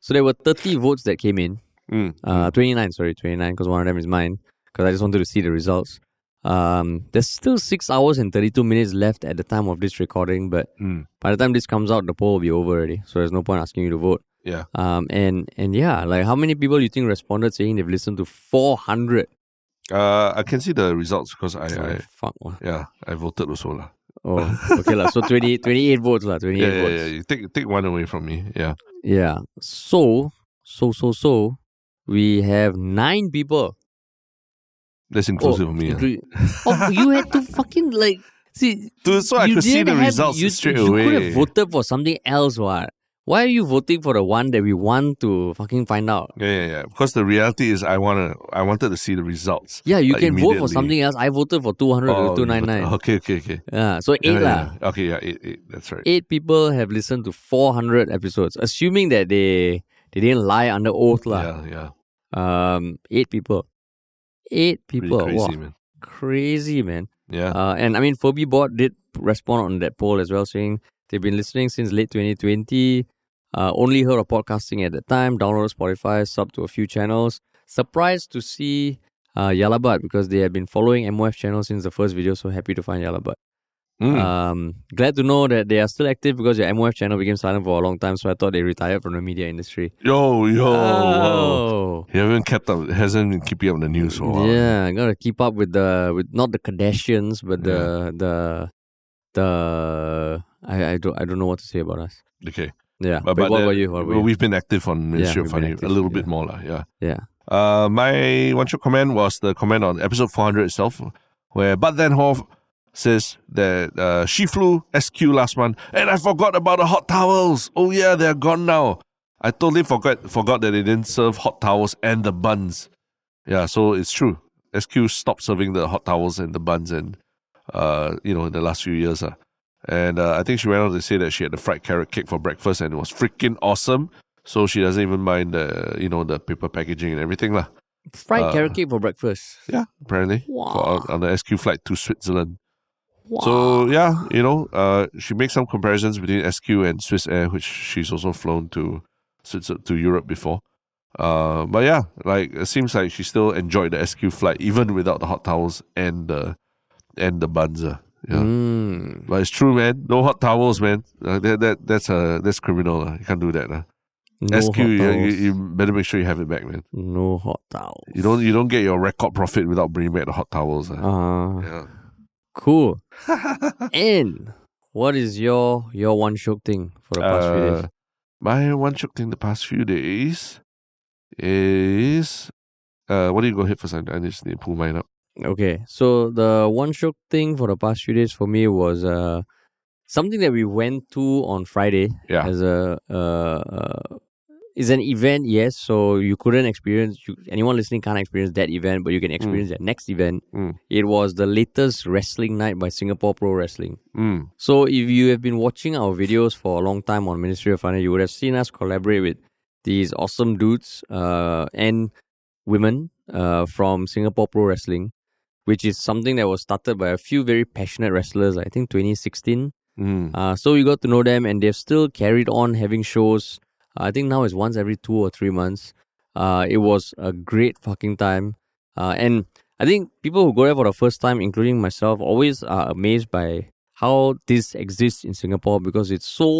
So there were 30 votes that came in. Mm. Uh, 29, sorry, 29, because one of them is mine, because I just wanted to see the results. Um, there's still 6 hours and 32 minutes left at the time of this recording, but Mm. by the time this comes out, the poll will be over already. So there's no point asking you to vote. Yeah. Um. And and yeah, like how many people you think responded saying they've listened to 400? Uh, I can see the results because I, Oh, I fuck. wow. yeah I voted also lah. Oh, okay lah. So 20, 28 votes lah. 28 Yeah, yeah, votes. yeah. You take take one away from me. Yeah. Yeah. So so so so, we have nine people. Oh, That's inclusive of me. yeah. including- oh, you had to fucking like see. Dude, so I you could see didn't the have- results eh. you, straight you away. could have voted for something else, what? Why are you voting for the one that we want to fucking find out? Yeah, yeah, yeah. Because the reality is, I wanna, I wanted to see the results. Yeah, you like, can vote for immediately. something else. I voted for 200 Oh, or you voted- 299. Okay, okay, okay. Yeah, so Yeah, eight lah. yeah, yeah. Okay, yeah, eight, eight. That's right. Eight people have listened to 400 episodes, assuming that they they didn't lie under oath lah. Yeah, yeah. Um, eight people. Eight Pretty people. crazy, wow, man. crazy man. Yeah. Uh, and I mean, Phoebe Bot did respond on that poll as well, saying they've been listening since late 2020. Uh, only heard of podcasting at that time. Downloaded Spotify, sub to a few channels. Surprised to see uh, Yalabat because they have been following MOF channel since the first video. So happy to find Yalabat. Mm. Um, glad to know that they are still active because your MOF channel became silent for a long time. So I thought they retired from the media industry. yo, yo. Wow. Oh. He haven't kept up. Hasn't been keeping up the news for a while. Yeah, gotta keep up with the with not the Kardashians, but the the the I, I don't I don't know what to say about us. Okay. Yeah, But- but, but what the- about you? What about Well, you? we've been active on Ministry we've of been Funny a active, little yeah. bit more, lah. Yeah. Yeah. Uh, my one short comment was the comment on episode 400 itself, where Bud Van Hoff says that uh, she flew SQ last month, and I forgot about the hot towels. Oh yeah, they're gone now. I totally forgot forgot that they didn't serve hot towels and the buns. Yeah, so it's true. SQ stopped serving the hot towels and the buns, and uh, you know, in the last few years, uh. And uh, I think she went on to say that she had the fried carrot cake for breakfast, and it was freaking awesome. So she doesn't even mind the you know the paper packaging and everything lah. Fried uh, carrot cake for breakfast. Yeah, apparently. Wow. For- on- on the SQ flight to Switzerland. Wow. So yeah, you know, uh, she makes some comparisons between SQ and Swiss Air, which she's also flown to Switzer- to Europe before. Uh, but yeah, like it seems like she still enjoyed the SQ flight even without the hot towels and the and the buns. ah. Yeah. Mm. But it's true, man. No hot towels, man. Uh, that that that's uh, that's criminal. ah. You can't do that. ah. No SQ, hot you, you, towels. you better make sure you have it back, man. no hot towels. You don't you don't get your record profit without bringing back the hot towels. ah. Ah, Yeah. cool. and what is your your one shook thing for the past few days? Uh, My one shook thing the past few days is Uh, what do you go ahead first? I, I just need to pull mine up. Okay, so the one shock thing for the past few days for me was uh something that we went to on Friday Yeah. as a uh, uh is an event. Yes, so you couldn't experience you, anyone listening can't experience that event, but you can experience that next event. Mm. It was the latest wrestling night by Singapore Pro Wrestling. Mm. So if you have been watching our videos for a long time on Ministry of Finance, you would have seen us collaborate with these awesome dudes uh, and women uh, from Singapore Pro Wrestling, which is something that was started by a few very passionate wrestlers, I think 2016. Mm. Uh, so we got to know them and they've still carried on having shows. uh, I think now it's once every two or three months. Uh, it was a great fucking time. Uh, and I think people who go there for the first time, including myself, always are amazed by how this exists in Singapore because it's so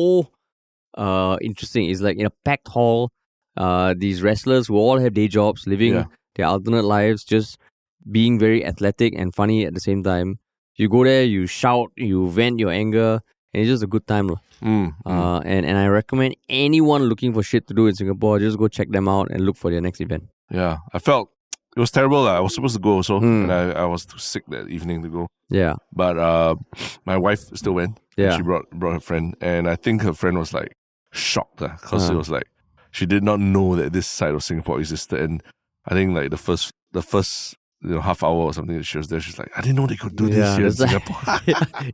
uh, interesting. It's like in a packed hall, uh, these wrestlers who all have day jobs, living Yeah. their alternate lives, just being very athletic and funny at the same time. You go there, you shout, you vent your anger, and it's just a good time. lah. Mm. mm. Uh, and, and I recommend anyone looking for shit to do in Singapore, just go check them out and look for their next event. Yeah. I felt it was terrible. lah. I was supposed to go also, Mm. and I, I was too sick that evening to go. Yeah. But uh, my wife still went. Yeah. She brought brought her friend, and I think her friend was like shocked because Uh. it was like she did not know that this side of Singapore existed. And I think like the first the first you know half hour or something that she was there, she's like, I didn't know they could do Yeah, this here in that's like- Singapore.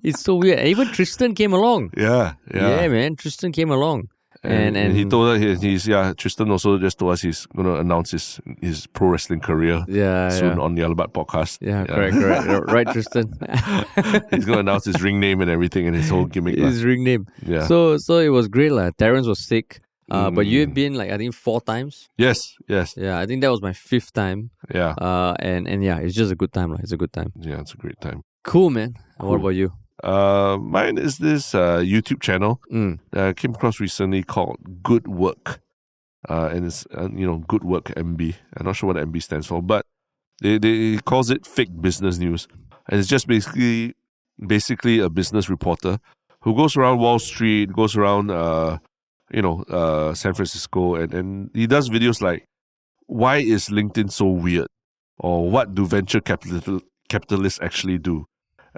it's so weird. And even Tristan came along. yeah, yeah, yeah, man. Tristan came along. And- he and- told her he, he's yeah. Tristan also just told us he's gonna announce his his pro wrestling career Yeah. soon on the Alabat podcast. Yeah, correct, correct. R- right, Tristan. he's gonna announce his ring name and everything and his whole gimmick. lah. His ring name. Yeah. So so it was great, like Terrence was sick. Uh, But you've Mm. been like I think four times. yes. Yes. Yeah, I think that was my fifth time. Yeah. Uh, and and yeah, it's just a good time, like it's a good time. Yeah. It's a great time. Cool, man. What Cool. about you? Uh, mine is this uh, YouTube channel Mm. that I came across recently called Good Work, uh, and it's uh, you know Good Work MB. I'm not sure what MB stands for, but they they calls it fake business news, and it's just basically basically a business reporter who goes around Wall Street, goes around uh, you know uh, San Francisco, and and he does videos like why is LinkedIn so weird, or what do venture capital capitalists actually do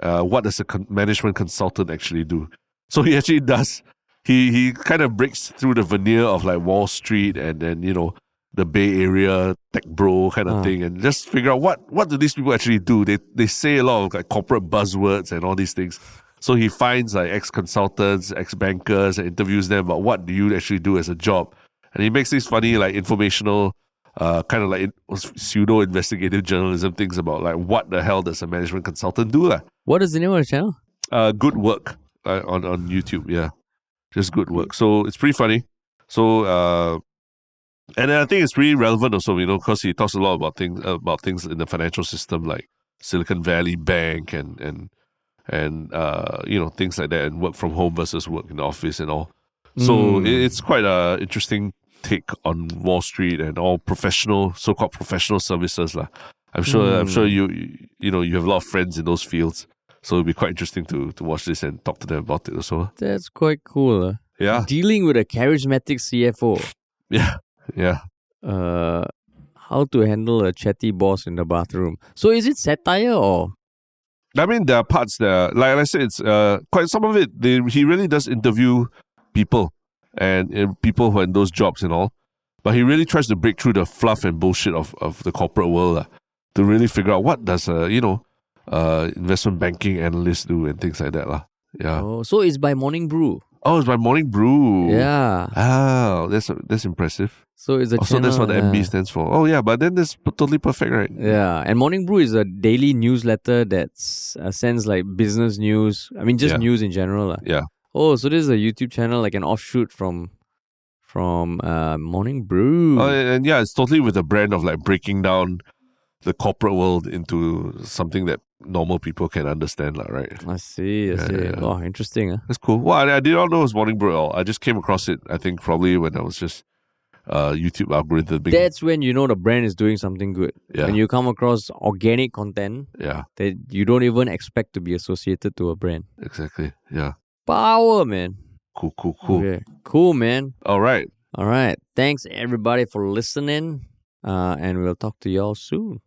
uh, what does a con- management consultant actually do? So he actually does. He he kind of breaks through the veneer of like Wall Street and then you know the Bay Area tech bro kind of Ah. thing, and just figure out what what do these people actually do. They they say a lot of like corporate buzzwords and all these things. So he finds like ex consultants, ex bankers, and interviews them about what do you actually do as a job, and he makes these funny like informational. Uh, kind of like pseudo investigative journalism things about like what the hell does a management consultant do lah? What is the name of the channel? uh, good work uh, on on YouTube. Yeah, just good work. So it's pretty funny. So uh, and then I think it's pretty relevant also, you know, because he talks a lot about things about things in the financial system like Silicon Valley Bank and and and uh, you know things like that, and work from home versus work in the office and all. So Mm. it, it's quite a interesting take on Wall Street and all professional, so-called professional services lah. I'm sure, I'm sure you, you you know you have a lot of friends in those fields, so it'll be quite interesting to to watch this and talk to them about it also. That's quite cool. uh. Yeah, Dealing with a charismatic CFO. yeah, yeah. Uh, how to handle a chatty boss in the bathroom. So is it satire or? I mean, there are parts there. Like I said, it's uh, quite some of it. They, he really does interview people and, and people who are in those jobs and all, but he really tries to break through the fluff and bullshit of, of the corporate world lah, to really figure out what does a you know uh, investment banking analyst do and things like that lah. Yeah. Oh, so it's by Morning Brew. Oh, it's my morning brew. Yeah. Oh, that's that's impressive. So it's a also, Oh, that's what the channel, MB uh, stands for. Oh yeah, but then that's p- totally perfect, right? Yeah, and Morning Brew is a daily newsletter that s- uh, sends like business news. I mean, just Yeah. news in general. lah. Yeah. Oh, so this is a YouTube channel, like an offshoot from from uh, Morning Brew. Oh, and and yeah, it's totally with the brand of like breaking down the corporate world into something that normal people can understand, lah, right? I see. I Yeah, see. yeah, yeah. Oh, interesting. Huh? That's cool. Well, I, I did not know it was Morning Brew at all. I just came across it, I think, probably when I was just uh, YouTube algorithm. being- That's when you know the brand is doing something good. yeah, When you come across organic content yeah, that you don't even expect to be associated to a brand. exactly. Yeah. Power, man. Cool, cool, cool. Okay. Cool, man. All right. All right. Thanks everybody for listening. Uh, and we'll talk to y'all soon.